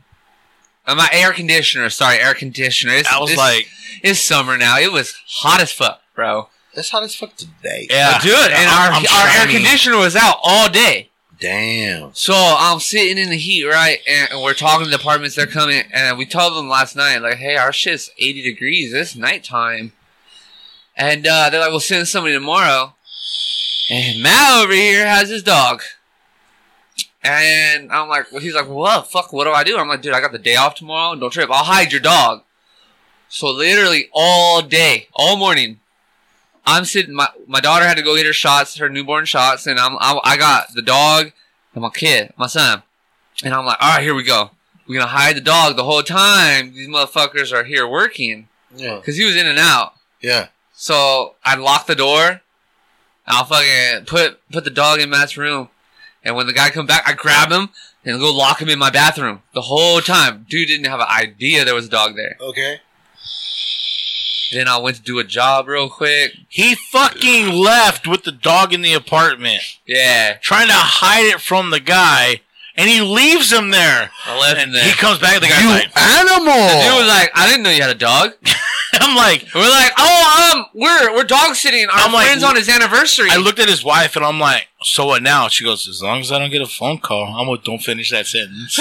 Speaker 3: Uh, my air conditioner, sorry, air conditioner. It's,
Speaker 2: I was
Speaker 3: it's-
Speaker 2: like,
Speaker 3: it's summer now. It was hot as fuck, bro.
Speaker 1: That's hot as fuck today.
Speaker 2: "Yeah,
Speaker 3: Dude, and
Speaker 2: I'm-
Speaker 3: our,
Speaker 2: I'm
Speaker 3: our air
Speaker 2: shiny.
Speaker 3: conditioner was out all day.
Speaker 1: Damn.
Speaker 3: So I'm sitting in the heat, right? And and we're talking to departments. They're coming, and we told them last night, like, "Hey, our shit's 80 degrees. It's nighttime." And uh, they're like, "We'll send somebody tomorrow." And Matt over here has his dog, and I'm like, well, "He's like, what? Fuck, what do I do?" I'm like, "Dude, I got the day off tomorrow. Don't trip. I'll hide your dog." So literally all day, all morning, I'm sitting. My my daughter had to go get her shots, her newborn shots, and I'm I, I got the dog and my kid, my son, and I'm like, all right, here we go. We're gonna hide the dog the whole time. These motherfuckers are here working
Speaker 1: Yeah.
Speaker 3: because he was in and out.
Speaker 1: Yeah.
Speaker 3: So I locked the door. I'll fucking put put the dog in Matt's room, and when the guy come back, I grab him and go lock him in my bathroom the whole time. Dude didn't have an idea there was a dog there.
Speaker 1: Okay.
Speaker 3: Then I went to do a job real quick.
Speaker 2: He fucking left with the dog in the apartment,
Speaker 3: Yeah,
Speaker 2: trying to hide it from the guy, and he leaves him there.
Speaker 3: I left him
Speaker 2: And
Speaker 3: there.
Speaker 2: he comes back, the guy's like,
Speaker 3: Dude was
Speaker 1: Animal.
Speaker 3: like, I didn't know you had a dog.
Speaker 2: I'm like,
Speaker 3: We're like, oh, um, we're we're dog sitting. Our
Speaker 2: I'm like,
Speaker 3: friend's on his anniversary.
Speaker 2: I looked at his wife and I'm like, so what now? She goes, as long as I don't get a phone call, I'm gonna don't finish that sentence.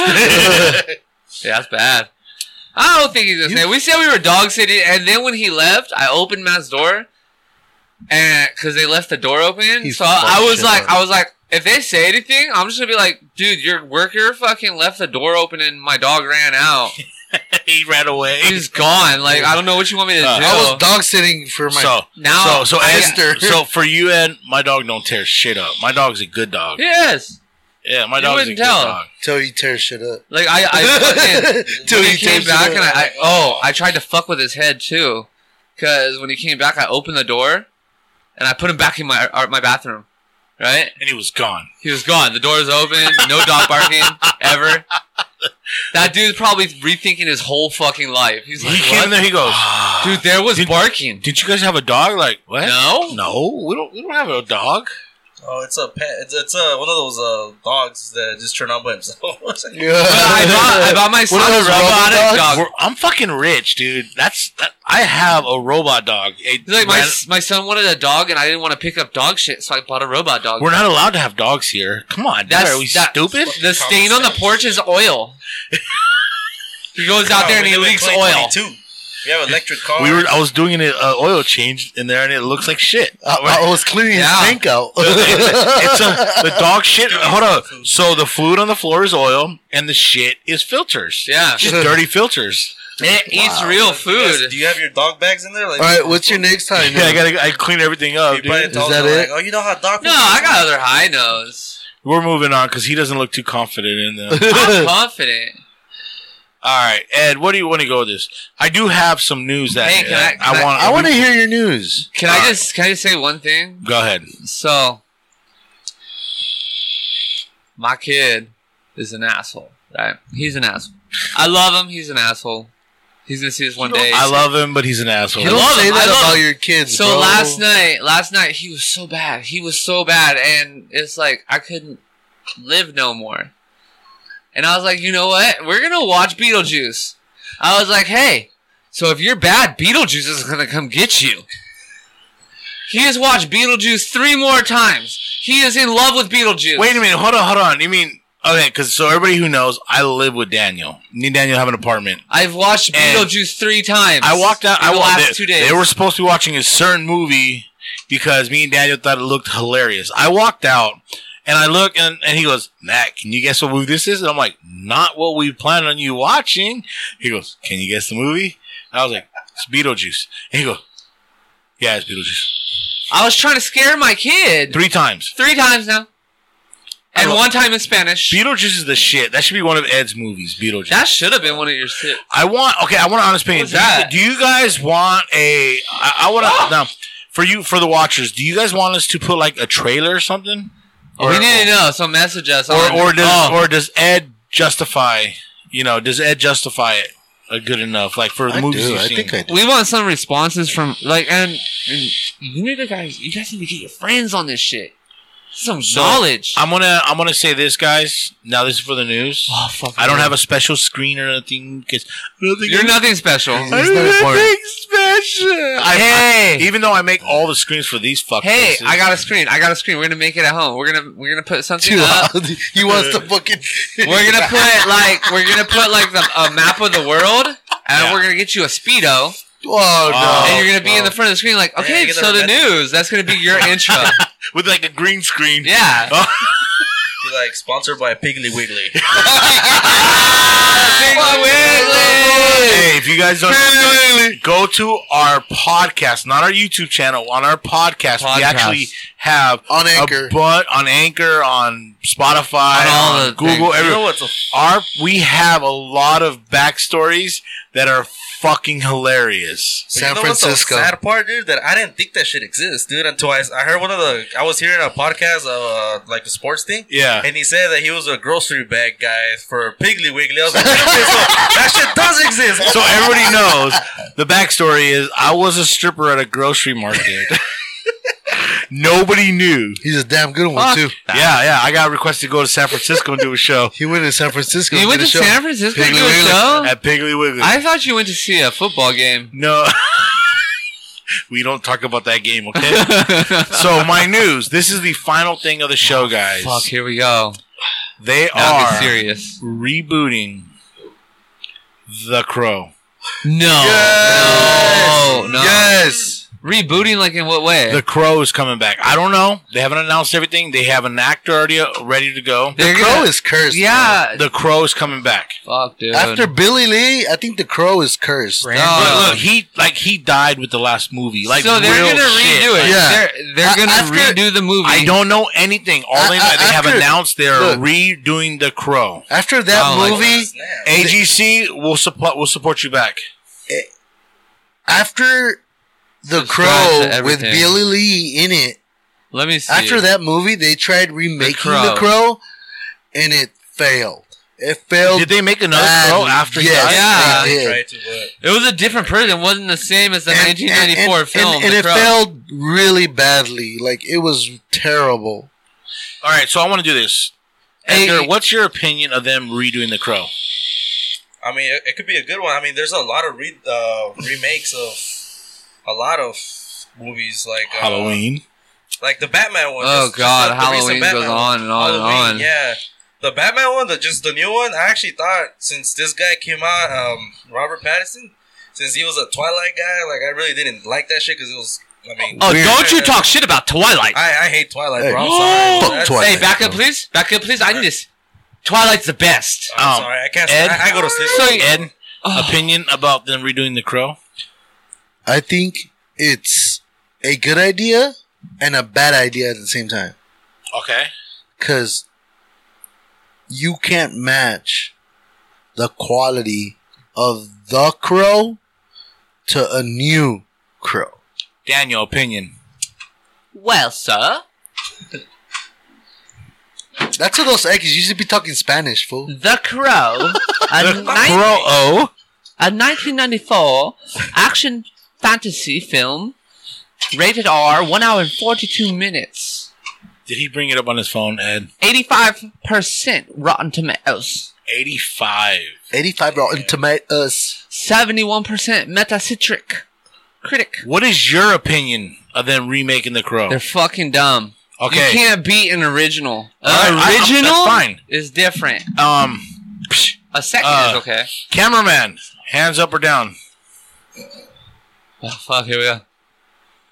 Speaker 3: Yeah, that's bad. I don't think he's gonna say. We said we were dog sitting, and then when he left, I opened Matt's door, and because they left the door open,
Speaker 1: He's
Speaker 3: so I, I was
Speaker 1: bullshit,
Speaker 3: like,
Speaker 1: bro.
Speaker 3: I was like, if they say anything, I'm just gonna be like, dude, your worker fucking left the door open, and my dog ran out.
Speaker 2: he ran away.
Speaker 3: He's gone. Like I don't know what you want me to
Speaker 2: Uh,
Speaker 3: do.
Speaker 1: I was dog sitting for my.
Speaker 2: so
Speaker 3: now,
Speaker 2: so so
Speaker 3: I-
Speaker 2: Esther. So for you and my dog don't tear shit up. My dog's a good dog.
Speaker 3: yes,
Speaker 2: Yeah, my
Speaker 3: You
Speaker 2: dog's a
Speaker 3: wouldn't
Speaker 2: good
Speaker 3: tell.
Speaker 2: dog.
Speaker 1: Till you tear shit up.
Speaker 3: like I, I fucking,
Speaker 1: Till
Speaker 3: when
Speaker 1: you
Speaker 3: he
Speaker 1: tear
Speaker 3: came
Speaker 1: shit
Speaker 3: back
Speaker 1: up.
Speaker 3: and I, I oh I tried to fuck with his head too, because when he came back I opened the door, and I put him back in my uh, my bathroom, right?
Speaker 2: And he was gone.
Speaker 3: He was gone. The door's open. No dog barking ever. That dude's probably rethinking his whole fucking life. He's
Speaker 2: he
Speaker 3: like,
Speaker 2: came
Speaker 3: what?
Speaker 2: in there. He goes,
Speaker 3: dude, there was barking.
Speaker 2: "Did you guys have a dog? Like what?
Speaker 3: No,
Speaker 2: no, we don't. We don't have a dog.
Speaker 4: Oh, it's a pet. It's, it's uh, one of those uh, dogs that just turn on by themselves.
Speaker 3: But I bought I bought my son
Speaker 1: What are
Speaker 3: a
Speaker 1: those robot
Speaker 3: robotic
Speaker 1: dogs?
Speaker 3: dog.
Speaker 2: We're- I'm fucking rich, dude. That's that. I have a robot dog. It-
Speaker 3: He's like my
Speaker 2: man,
Speaker 3: s- my son wanted a dog and I didn't want to pick up dog shit, so I bought a robot dog.
Speaker 2: we're not allowed to have dogs here. Come on,
Speaker 3: That's
Speaker 2: That's, are we
Speaker 3: that-
Speaker 2: stupid?
Speaker 3: The stain on the porch is oil. he goes out there and he leaks oil.
Speaker 4: You have electric car.
Speaker 2: We were. I was doing an uh, oil change in there, and it looks like shit.
Speaker 1: I, I was cleaning
Speaker 3: Yeah.
Speaker 1: his tank out.
Speaker 2: it's a, the dog shit. Hold on. So the fluid on the floor is oil, and the shit is filters.
Speaker 3: Yeah.
Speaker 2: It's just dirty filters.
Speaker 3: It eats real
Speaker 4: Yes,
Speaker 3: food.
Speaker 4: do you have your dog bags in there? Like,
Speaker 1: All right, what's your next time?
Speaker 2: Yeah, I gotta. I clean everything up,
Speaker 4: you buy a
Speaker 2: dude.
Speaker 4: dog
Speaker 1: that
Speaker 4: they're
Speaker 1: it?
Speaker 4: Like, oh, you know how dog.
Speaker 3: No, I got other high notes.
Speaker 2: We're moving on because he doesn't look too confident in them.
Speaker 3: I'm confident.
Speaker 2: All right, Ed, what do you want to go with this? I do have some news that
Speaker 3: Hey, can I-
Speaker 2: I,
Speaker 3: can I-
Speaker 2: want.
Speaker 1: I want to hear your news.
Speaker 3: Can I just can I just say one thing?
Speaker 2: Go ahead.
Speaker 3: So, my kid is an asshole. Right? He's an asshole. I love him. He's an asshole. He's gonna see this one day.
Speaker 2: I love him, but he's an asshole.
Speaker 3: He I love
Speaker 1: say
Speaker 3: him, I
Speaker 1: that
Speaker 3: love
Speaker 1: about
Speaker 3: him.
Speaker 1: your kids.
Speaker 3: So
Speaker 1: bro.
Speaker 3: last night, last night he was so bad. He was so bad, and it's like I couldn't live no more. And I was like, you know what? We're gonna watch Beetlejuice. I was like, hey, so if you're bad, Beetlejuice is gonna come get you. He has watched Beetlejuice three more times. He is in love with Beetlejuice.
Speaker 2: Wait a minute. Hold on. Hold on. You mean okay? Because so everybody who knows, I live with Daniel. Me and Daniel have an apartment.
Speaker 3: I've watched
Speaker 2: And
Speaker 3: Beetlejuice three times.
Speaker 2: I walked out.
Speaker 3: in
Speaker 2: I
Speaker 3: the
Speaker 2: walked.
Speaker 3: last
Speaker 2: they,
Speaker 3: two days.
Speaker 2: They were supposed to be watching a certain movie because me and Daniel thought it looked hilarious. I walked out and I look and, and he goes, Matt, can you guess what movie this is? And I'm like, not what we planned on you watching. He goes, can you guess the movie? And I was like, it's Beetlejuice. And he goes, yeah, it's Beetlejuice.
Speaker 3: I was trying to scare my kid
Speaker 2: Three times.
Speaker 3: three times now, and
Speaker 2: I lo-
Speaker 3: one time in Spanish.
Speaker 2: Beetlejuice is the shit. That should be one of Ed's movies. Beetlejuice.
Speaker 3: That should have been one of your shit.
Speaker 2: I want okay. I want an honest opinion.
Speaker 3: What was that?
Speaker 2: Do you guys want a? I, I want to now for you for the watchers. Do you guys want us to put like a trailer or something? Or, oh.
Speaker 3: we need to know, so message us.
Speaker 2: or,
Speaker 3: on-
Speaker 2: or does
Speaker 3: Oh,
Speaker 2: or does Ed justify? You know, does Ed justify it? Uh, good enough, like for the
Speaker 1: I
Speaker 2: movies
Speaker 1: do.
Speaker 2: you've
Speaker 1: I
Speaker 2: seen.
Speaker 1: think I do.
Speaker 3: we want some responses from like and, and you need to guys. You guys need to get your friends on this shit. Some
Speaker 2: So,
Speaker 3: knowledge.
Speaker 2: I'm gonna I'm gonna say this, guys. Now this is for the news.
Speaker 3: Oh, fuck
Speaker 2: I don't
Speaker 3: yeah.
Speaker 2: have a special screen or anything because
Speaker 3: You're nothing special.
Speaker 2: I
Speaker 1: It's not
Speaker 2: don't
Speaker 1: important.
Speaker 2: think special. I-
Speaker 3: Hey.
Speaker 2: I- even though I make all the screens for these fuck.
Speaker 3: hey,
Speaker 2: faces-
Speaker 3: I got a screen. I got a screen. We're gonna make it at home. We're gonna we're gonna put something
Speaker 1: Too
Speaker 3: up.
Speaker 1: loud. He wants to fucking.
Speaker 3: We're gonna put like we're gonna put like the, a map of the world, and
Speaker 2: Yeah.
Speaker 3: we're gonna get you a speedo,
Speaker 1: Oh
Speaker 2: Oh,
Speaker 1: no!
Speaker 3: and you're gonna be in the front of the screen like, okay,
Speaker 4: you get
Speaker 3: so
Speaker 4: the
Speaker 3: the news. That's gonna be your intro.
Speaker 2: with like a green screen. Oh,
Speaker 3: yeah.
Speaker 4: Be like sponsored by Piggly Wiggly.
Speaker 3: Piggly Wiggly!
Speaker 2: Hey, if you guys don't go to our podcast, not our YouTube channel, on our podcast, we
Speaker 3: Podcast.
Speaker 2: actually have
Speaker 1: On
Speaker 2: a
Speaker 1: Anchor.
Speaker 2: bu- on Anchor, on Spotify,
Speaker 3: On all
Speaker 2: on
Speaker 3: the
Speaker 2: Google,
Speaker 3: things.
Speaker 2: everywhere.
Speaker 4: You know what's a-
Speaker 2: our we have a lot of backstories that are fucking hilarious.
Speaker 4: But
Speaker 1: San
Speaker 4: you know
Speaker 1: Francisco.
Speaker 4: What's the sad part, dude, that I didn't think that shit exists, dude. Until I, I heard one of the, I was hearing a podcast of uh, like the sports thing.
Speaker 2: Yeah.
Speaker 4: And he said that he was a grocery bag guy for Piggly Wiggly. I was like, wait a minute, so that shit does exist.
Speaker 2: So everybody knows the backstory is I was a stripper at a grocery market. Nobody knew.
Speaker 1: He's a damn good one
Speaker 3: Fuck.
Speaker 1: too.
Speaker 2: Yeah, yeah. I got requested to go to San Francisco and do a show.
Speaker 1: He went to San Francisco.
Speaker 3: You
Speaker 1: and
Speaker 3: went
Speaker 1: did
Speaker 3: to
Speaker 1: a show.
Speaker 3: San Francisco to
Speaker 1: Piggly
Speaker 3: do a
Speaker 1: Wiggly.
Speaker 3: show?
Speaker 2: At Piggly Wiggly.
Speaker 3: I thought you went to see a football game.
Speaker 2: No. we don't talk about that game, okay? so my news. This is the final thing of the show, guys.
Speaker 3: Oh, Fuck, here we go.
Speaker 2: They
Speaker 3: Now I'm
Speaker 2: are
Speaker 3: serious.
Speaker 2: rebooting The Crow.
Speaker 3: No. No. No.
Speaker 1: Yes.
Speaker 3: Rebooting, like, in what way?
Speaker 2: The Crow is coming back. I don't know. They haven't announced everything. They have an actor already uh, ready to go.
Speaker 3: They're
Speaker 1: The Crow
Speaker 3: gonna-
Speaker 1: is cursed.
Speaker 3: Yeah.
Speaker 2: The Crow is coming back.
Speaker 3: Fuck, dude.
Speaker 1: After Billy Lee, I think the Crow is cursed.
Speaker 3: No.
Speaker 2: Look, look, he like he died with the last movie. Like
Speaker 3: Uh, so they're
Speaker 2: real
Speaker 3: gonna
Speaker 2: shit.
Speaker 3: redo it.
Speaker 2: Like,
Speaker 1: Yeah.
Speaker 3: They're, they're
Speaker 1: A-
Speaker 3: gonna
Speaker 1: after-
Speaker 3: redo the movie.
Speaker 2: I don't know anything. All they,
Speaker 1: I- I-
Speaker 2: they have
Speaker 1: after-
Speaker 2: announced they're
Speaker 1: look.
Speaker 2: redoing The Crow.
Speaker 1: After that
Speaker 3: I don't like
Speaker 1: movie,
Speaker 4: Snap.
Speaker 2: AGC will support will support you back.
Speaker 1: after the
Speaker 3: Subscribe to
Speaker 1: Crow with
Speaker 3: everything.
Speaker 1: Billy Lee in it,
Speaker 3: Let me see.
Speaker 1: After that movie, they tried remaking
Speaker 3: Crow.
Speaker 1: The Crow, and it failed. It failed.
Speaker 2: Did they make another
Speaker 1: bad.
Speaker 2: crow after he
Speaker 1: yes,
Speaker 2: died?
Speaker 3: Yeah.
Speaker 1: they did.
Speaker 4: Try to, but
Speaker 3: It was a different person. It wasn't the same as the 1994
Speaker 1: and-
Speaker 3: film.
Speaker 1: and, and
Speaker 3: The
Speaker 1: it
Speaker 3: Crow.
Speaker 1: failed really badly. Like it was terrible.
Speaker 2: All right, so I want to do this.
Speaker 3: Hey,
Speaker 2: Edgar, what's your opinion of them redoing the crow?
Speaker 4: I mean, it, it could be a good one. I mean, there's a lot of re- uh, remakes of a lot of movies like uh, like the Batman one.
Speaker 3: Oh,
Speaker 4: just- just
Speaker 3: God,
Speaker 4: the recent
Speaker 3: Halloween goes
Speaker 4: Batman
Speaker 3: on and on and on.
Speaker 4: Yeah, the Batman one, the just the new one. I actually thought since this guy came out, um, Robert Pattinson, since he was a Twilight guy, like I really didn't like that shit because it was. I mean,
Speaker 9: Oh, don't you talk shit about Twilight.
Speaker 4: I, I hate Twilight, bro.
Speaker 9: Hey.
Speaker 4: I'm sorry.
Speaker 9: Fuck
Speaker 4: That's-
Speaker 9: Twilight.
Speaker 3: Hey, back up, please. Back up, please. I need this.
Speaker 9: Twilight's the best.
Speaker 4: I'm
Speaker 2: Um,
Speaker 4: sorry, I can't.
Speaker 2: Ed?
Speaker 4: I, I go to sleep.
Speaker 3: So-
Speaker 2: Ed, opinion about them redoing the crow?
Speaker 1: I think it's a good idea and a bad idea at the same time.
Speaker 2: Okay.
Speaker 1: Because you can't match the quality of the crow to a new crow.
Speaker 2: Daniel, opinion.
Speaker 9: Well, sir,
Speaker 1: That's what those X used to be talking Spanish, fool.
Speaker 9: The Crow, a, nine-
Speaker 2: Crow.
Speaker 9: a 1994 action fantasy film, rated R, 1 hour and 42 minutes,
Speaker 2: Did he bring it up on his phone, Ed?
Speaker 9: 85% Rotten Tomatoes,
Speaker 2: 85.
Speaker 1: 85 Rotten Tomatoes.
Speaker 9: 71% Metacitric critic.
Speaker 2: What is your opinion of them remaking the crow?
Speaker 3: They're fucking dumb.
Speaker 2: Okay.
Speaker 3: You can't beat an original. An
Speaker 2: All right, I- I-
Speaker 3: original
Speaker 2: that's fine.
Speaker 3: is different.
Speaker 2: um,
Speaker 3: A second
Speaker 2: Uh,
Speaker 3: is okay.
Speaker 2: cameraman, hands up or down?
Speaker 3: Oh, fuck, here we go.
Speaker 2: Uh,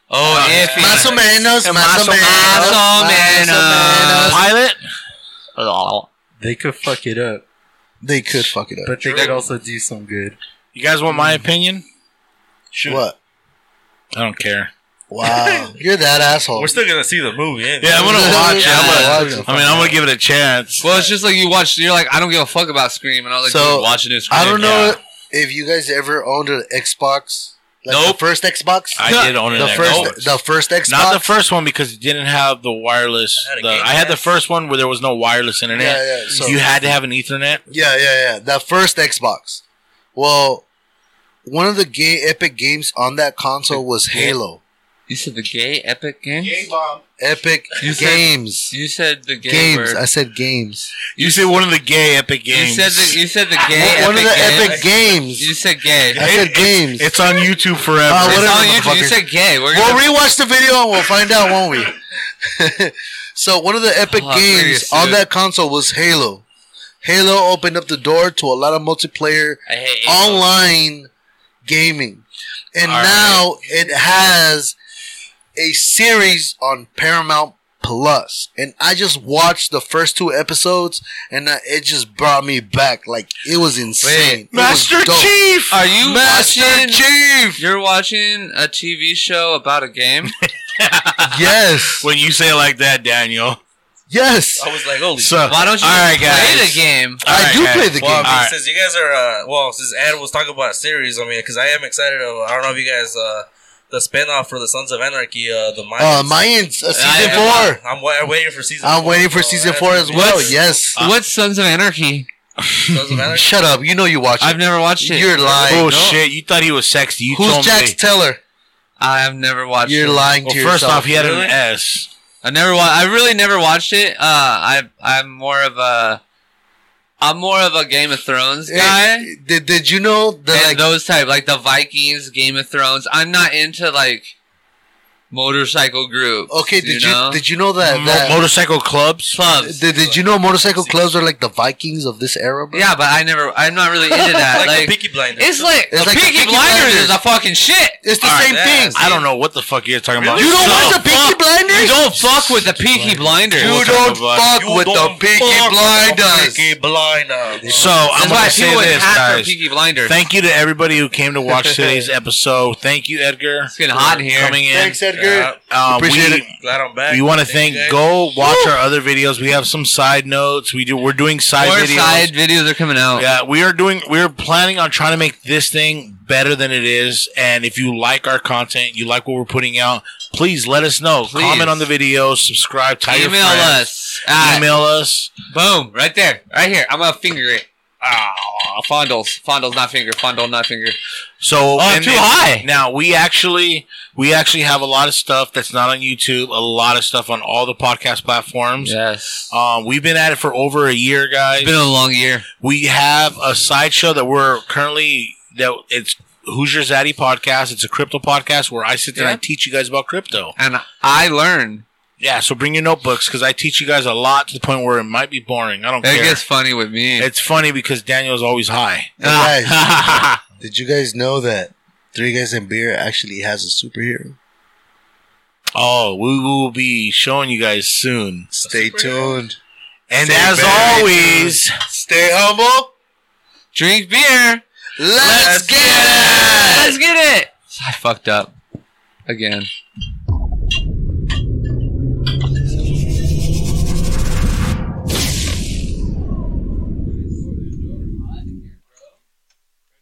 Speaker 3: Oh, iffy.
Speaker 1: Más o menos, más o menos.
Speaker 3: Más o menos.
Speaker 2: Pilot,
Speaker 10: They could fuck it up,
Speaker 1: They could fuck it up.
Speaker 10: but they could also do some good.
Speaker 2: you guys want my opinion?
Speaker 1: What?
Speaker 2: I don't care.
Speaker 1: Wow. You're that asshole.
Speaker 4: We're still gonna see the movie. Yeah,
Speaker 2: Yeah, I'm gonna watch it.
Speaker 1: Yeah,
Speaker 2: I'm
Speaker 1: watch
Speaker 2: gonna,
Speaker 1: it.
Speaker 2: I mean, I'm gonna give it a chance.
Speaker 3: Well, it's just like you watch. You're like, I don't give a fuck about Scream, and I was like,
Speaker 1: So,
Speaker 3: dude, watching it. Scream,
Speaker 1: I don't
Speaker 3: yeah.
Speaker 1: know if you guys ever owned an Xbox. Like
Speaker 2: Nope.
Speaker 1: the first Xbox?
Speaker 2: I did own it.
Speaker 1: the
Speaker 2: there.
Speaker 1: first
Speaker 2: No.
Speaker 1: the first Xbox.
Speaker 2: Not the first one because it didn't have the wireless.
Speaker 4: I had a
Speaker 2: the-
Speaker 4: Game
Speaker 2: I had the
Speaker 4: Pass.
Speaker 2: first one where there was no wireless internet.
Speaker 1: Yeah, yeah, so-
Speaker 2: you had to have an Ethernet.
Speaker 1: Yeah, yeah, yeah. The first Xbox. Well, one of the gay epic games on that console was Halo.
Speaker 3: You said the gay epic games.
Speaker 1: Epic games.
Speaker 3: You said the gay
Speaker 1: games.
Speaker 3: word.
Speaker 1: I said games.
Speaker 2: You said one of the gay Epic
Speaker 3: You
Speaker 2: games.
Speaker 3: said the you said the gay.
Speaker 1: One of the
Speaker 3: epic games.
Speaker 1: epic games.
Speaker 3: You said gay.
Speaker 1: I said games.
Speaker 2: it's on YouTube forever.
Speaker 1: Uh,
Speaker 3: It's
Speaker 1: whatever,
Speaker 3: on YouTube. You
Speaker 1: motherfucker.
Speaker 3: said gay. We're
Speaker 1: we'll
Speaker 3: gonna
Speaker 1: rewatch the video and we'll find out, won't we? so one of the epic
Speaker 3: Oh,
Speaker 1: games
Speaker 3: serious,
Speaker 1: on
Speaker 3: dude.
Speaker 1: that console was Halo. Halo opened up the door to a lot of multiplayer
Speaker 3: I hate you.
Speaker 1: online gaming. And
Speaker 2: All
Speaker 1: now it has a series on Paramount Plus. And I just watched the first two episodes and uh, it just brought me back. Like it was insane. It was
Speaker 2: Master
Speaker 1: dope.
Speaker 2: Chief.
Speaker 3: Are you
Speaker 1: Master
Speaker 3: watching?
Speaker 1: Chief.
Speaker 3: You're watching a TV show about a game.
Speaker 1: Yes.
Speaker 2: When you say it like that, Daniel.
Speaker 1: Yes.
Speaker 3: Oh,
Speaker 4: I was like, holy.
Speaker 2: So,
Speaker 3: Why don't you
Speaker 2: all right,
Speaker 3: play
Speaker 2: guys.
Speaker 3: the game?
Speaker 2: All
Speaker 1: I
Speaker 2: right,
Speaker 1: do
Speaker 2: guys.
Speaker 1: play the
Speaker 4: well, I
Speaker 1: game.
Speaker 4: mean,
Speaker 2: All right.
Speaker 4: since you guys are uh, well, since Ed was talking about series, I mean, because I am excited. Of, I don't know if you guys uh, the spinoff for the Sons of Anarchy, uh, the
Speaker 1: Uh,
Speaker 4: Mayans.
Speaker 1: Mayans, uh, season
Speaker 4: I-
Speaker 1: four.
Speaker 4: I'm, wa- I'm waiting for season.
Speaker 1: I'm
Speaker 4: four,
Speaker 1: waiting for
Speaker 4: so
Speaker 1: season
Speaker 4: I
Speaker 1: four
Speaker 4: have
Speaker 1: as
Speaker 4: to-
Speaker 1: well. Yes.
Speaker 3: What's Sons of Anarchy?
Speaker 4: Sons of Anarchy.
Speaker 1: Shut up. You know you watch it.
Speaker 3: I've never watched it.
Speaker 1: You're lying.
Speaker 2: Oh shit! You thought he was sexy. You
Speaker 1: Who's
Speaker 2: told
Speaker 1: Jax
Speaker 2: me.
Speaker 1: Teller?
Speaker 3: I've never watched.
Speaker 1: You're
Speaker 3: it.
Speaker 1: lying to
Speaker 2: Well,
Speaker 1: yourself.
Speaker 2: first off, he had
Speaker 4: Really?
Speaker 2: an S.
Speaker 3: I never wa- I really never watched it. Uh, I I'm more of a I'm more of a Game of Thrones
Speaker 1: Hey,
Speaker 3: guy.
Speaker 1: Eh, did, did you know
Speaker 3: and
Speaker 1: that like,
Speaker 3: those type like the Vikings, Game of Thrones. I'm not into like motorcycle groups.
Speaker 1: Okay, did you,
Speaker 3: know?
Speaker 1: did you know that,
Speaker 2: Mo-
Speaker 1: that
Speaker 2: motorcycle clubs.
Speaker 3: clubs?
Speaker 1: did, did you know motorcycle clubs are like the Vikings of this era, bro?
Speaker 3: yeah, but I never. I'm not really into that.
Speaker 4: Like,
Speaker 3: like
Speaker 4: the Peaky Blinders.
Speaker 3: it's like
Speaker 1: It's
Speaker 3: the
Speaker 1: like the
Speaker 3: Peaky,
Speaker 1: Peaky
Speaker 3: Blinders,
Speaker 1: Blinders.
Speaker 3: is a fucking shit.
Speaker 1: It's the
Speaker 2: All right,
Speaker 1: same thing.
Speaker 2: I don't know what the fuck you're talking about.
Speaker 1: You don't watch
Speaker 2: So-
Speaker 1: the Peaky Blinders?
Speaker 3: You don't fuck with the Peaky Blinders.
Speaker 1: You
Speaker 2: We'll
Speaker 1: don't
Speaker 2: talk about it.
Speaker 1: fuck
Speaker 4: You
Speaker 1: with the
Speaker 4: don't
Speaker 1: Peaky
Speaker 4: fuck with the
Speaker 1: Blinders.
Speaker 4: Peaky Blinders.
Speaker 2: So
Speaker 3: That's why
Speaker 2: I'm gonna
Speaker 3: people
Speaker 2: say
Speaker 3: would
Speaker 2: this,
Speaker 3: have their
Speaker 2: guys.
Speaker 3: Peaky Blinders.
Speaker 2: Thank you to everybody who came to watch today's episode. Thank you, Edgar.
Speaker 3: It's getting hot in here.
Speaker 2: Coming in.
Speaker 1: Thanks, Edgar.
Speaker 4: Yeah.
Speaker 2: Uh,
Speaker 1: Appreciate
Speaker 2: we,
Speaker 1: it.
Speaker 4: Glad I'm back.
Speaker 2: We want to
Speaker 4: Thank
Speaker 2: thank.
Speaker 4: you, guys.
Speaker 2: Go watch our other videos. We have some side notes. We do. We're doing side
Speaker 3: More
Speaker 2: videos.
Speaker 3: side videos are coming out.
Speaker 2: Yeah, we are doing. We're planning on trying to make this thing better than it is. And if you like our content, you like what we're putting out, please let us know.
Speaker 3: Please.
Speaker 2: Comment on the videos. Subscribe. Tell your
Speaker 3: Email
Speaker 2: friends.
Speaker 3: us. at-
Speaker 2: Email us.
Speaker 3: Boom! Right there, right here. I'm gonna finger it. Ah, fondles, fondles, not finger, fondle, not finger.
Speaker 2: So
Speaker 3: Oh, too high.
Speaker 2: Now we actually we actually have a lot of stuff that's not on YouTube. A lot of stuff on all the podcast platforms.
Speaker 3: Yes,
Speaker 2: Um, we've been at it for over a year, guys.
Speaker 3: it's been a long year.
Speaker 2: We have a sideshow that we're currently that it's Hoosier Zaddy podcast. It's a crypto podcast where I sit there and I teach you guys about crypto.
Speaker 3: and I learn.
Speaker 2: Yeah, so bring your notebooks because I teach you guys a lot to the point where it might be boring. I don't
Speaker 3: It
Speaker 2: care.
Speaker 3: gets funny with me.
Speaker 2: it's funny because Daniel's always high.
Speaker 1: Hey, guys, did you guys know that Three Guys and Beer actually has a superhero.
Speaker 2: Oh, we will be showing you guys soon.
Speaker 1: Stay tuned.
Speaker 2: And
Speaker 1: Stay
Speaker 2: as
Speaker 1: very
Speaker 2: always,
Speaker 1: Stay humble.
Speaker 3: Drink beer.
Speaker 1: Let's, get it.
Speaker 3: Let's get it. I fucked up again.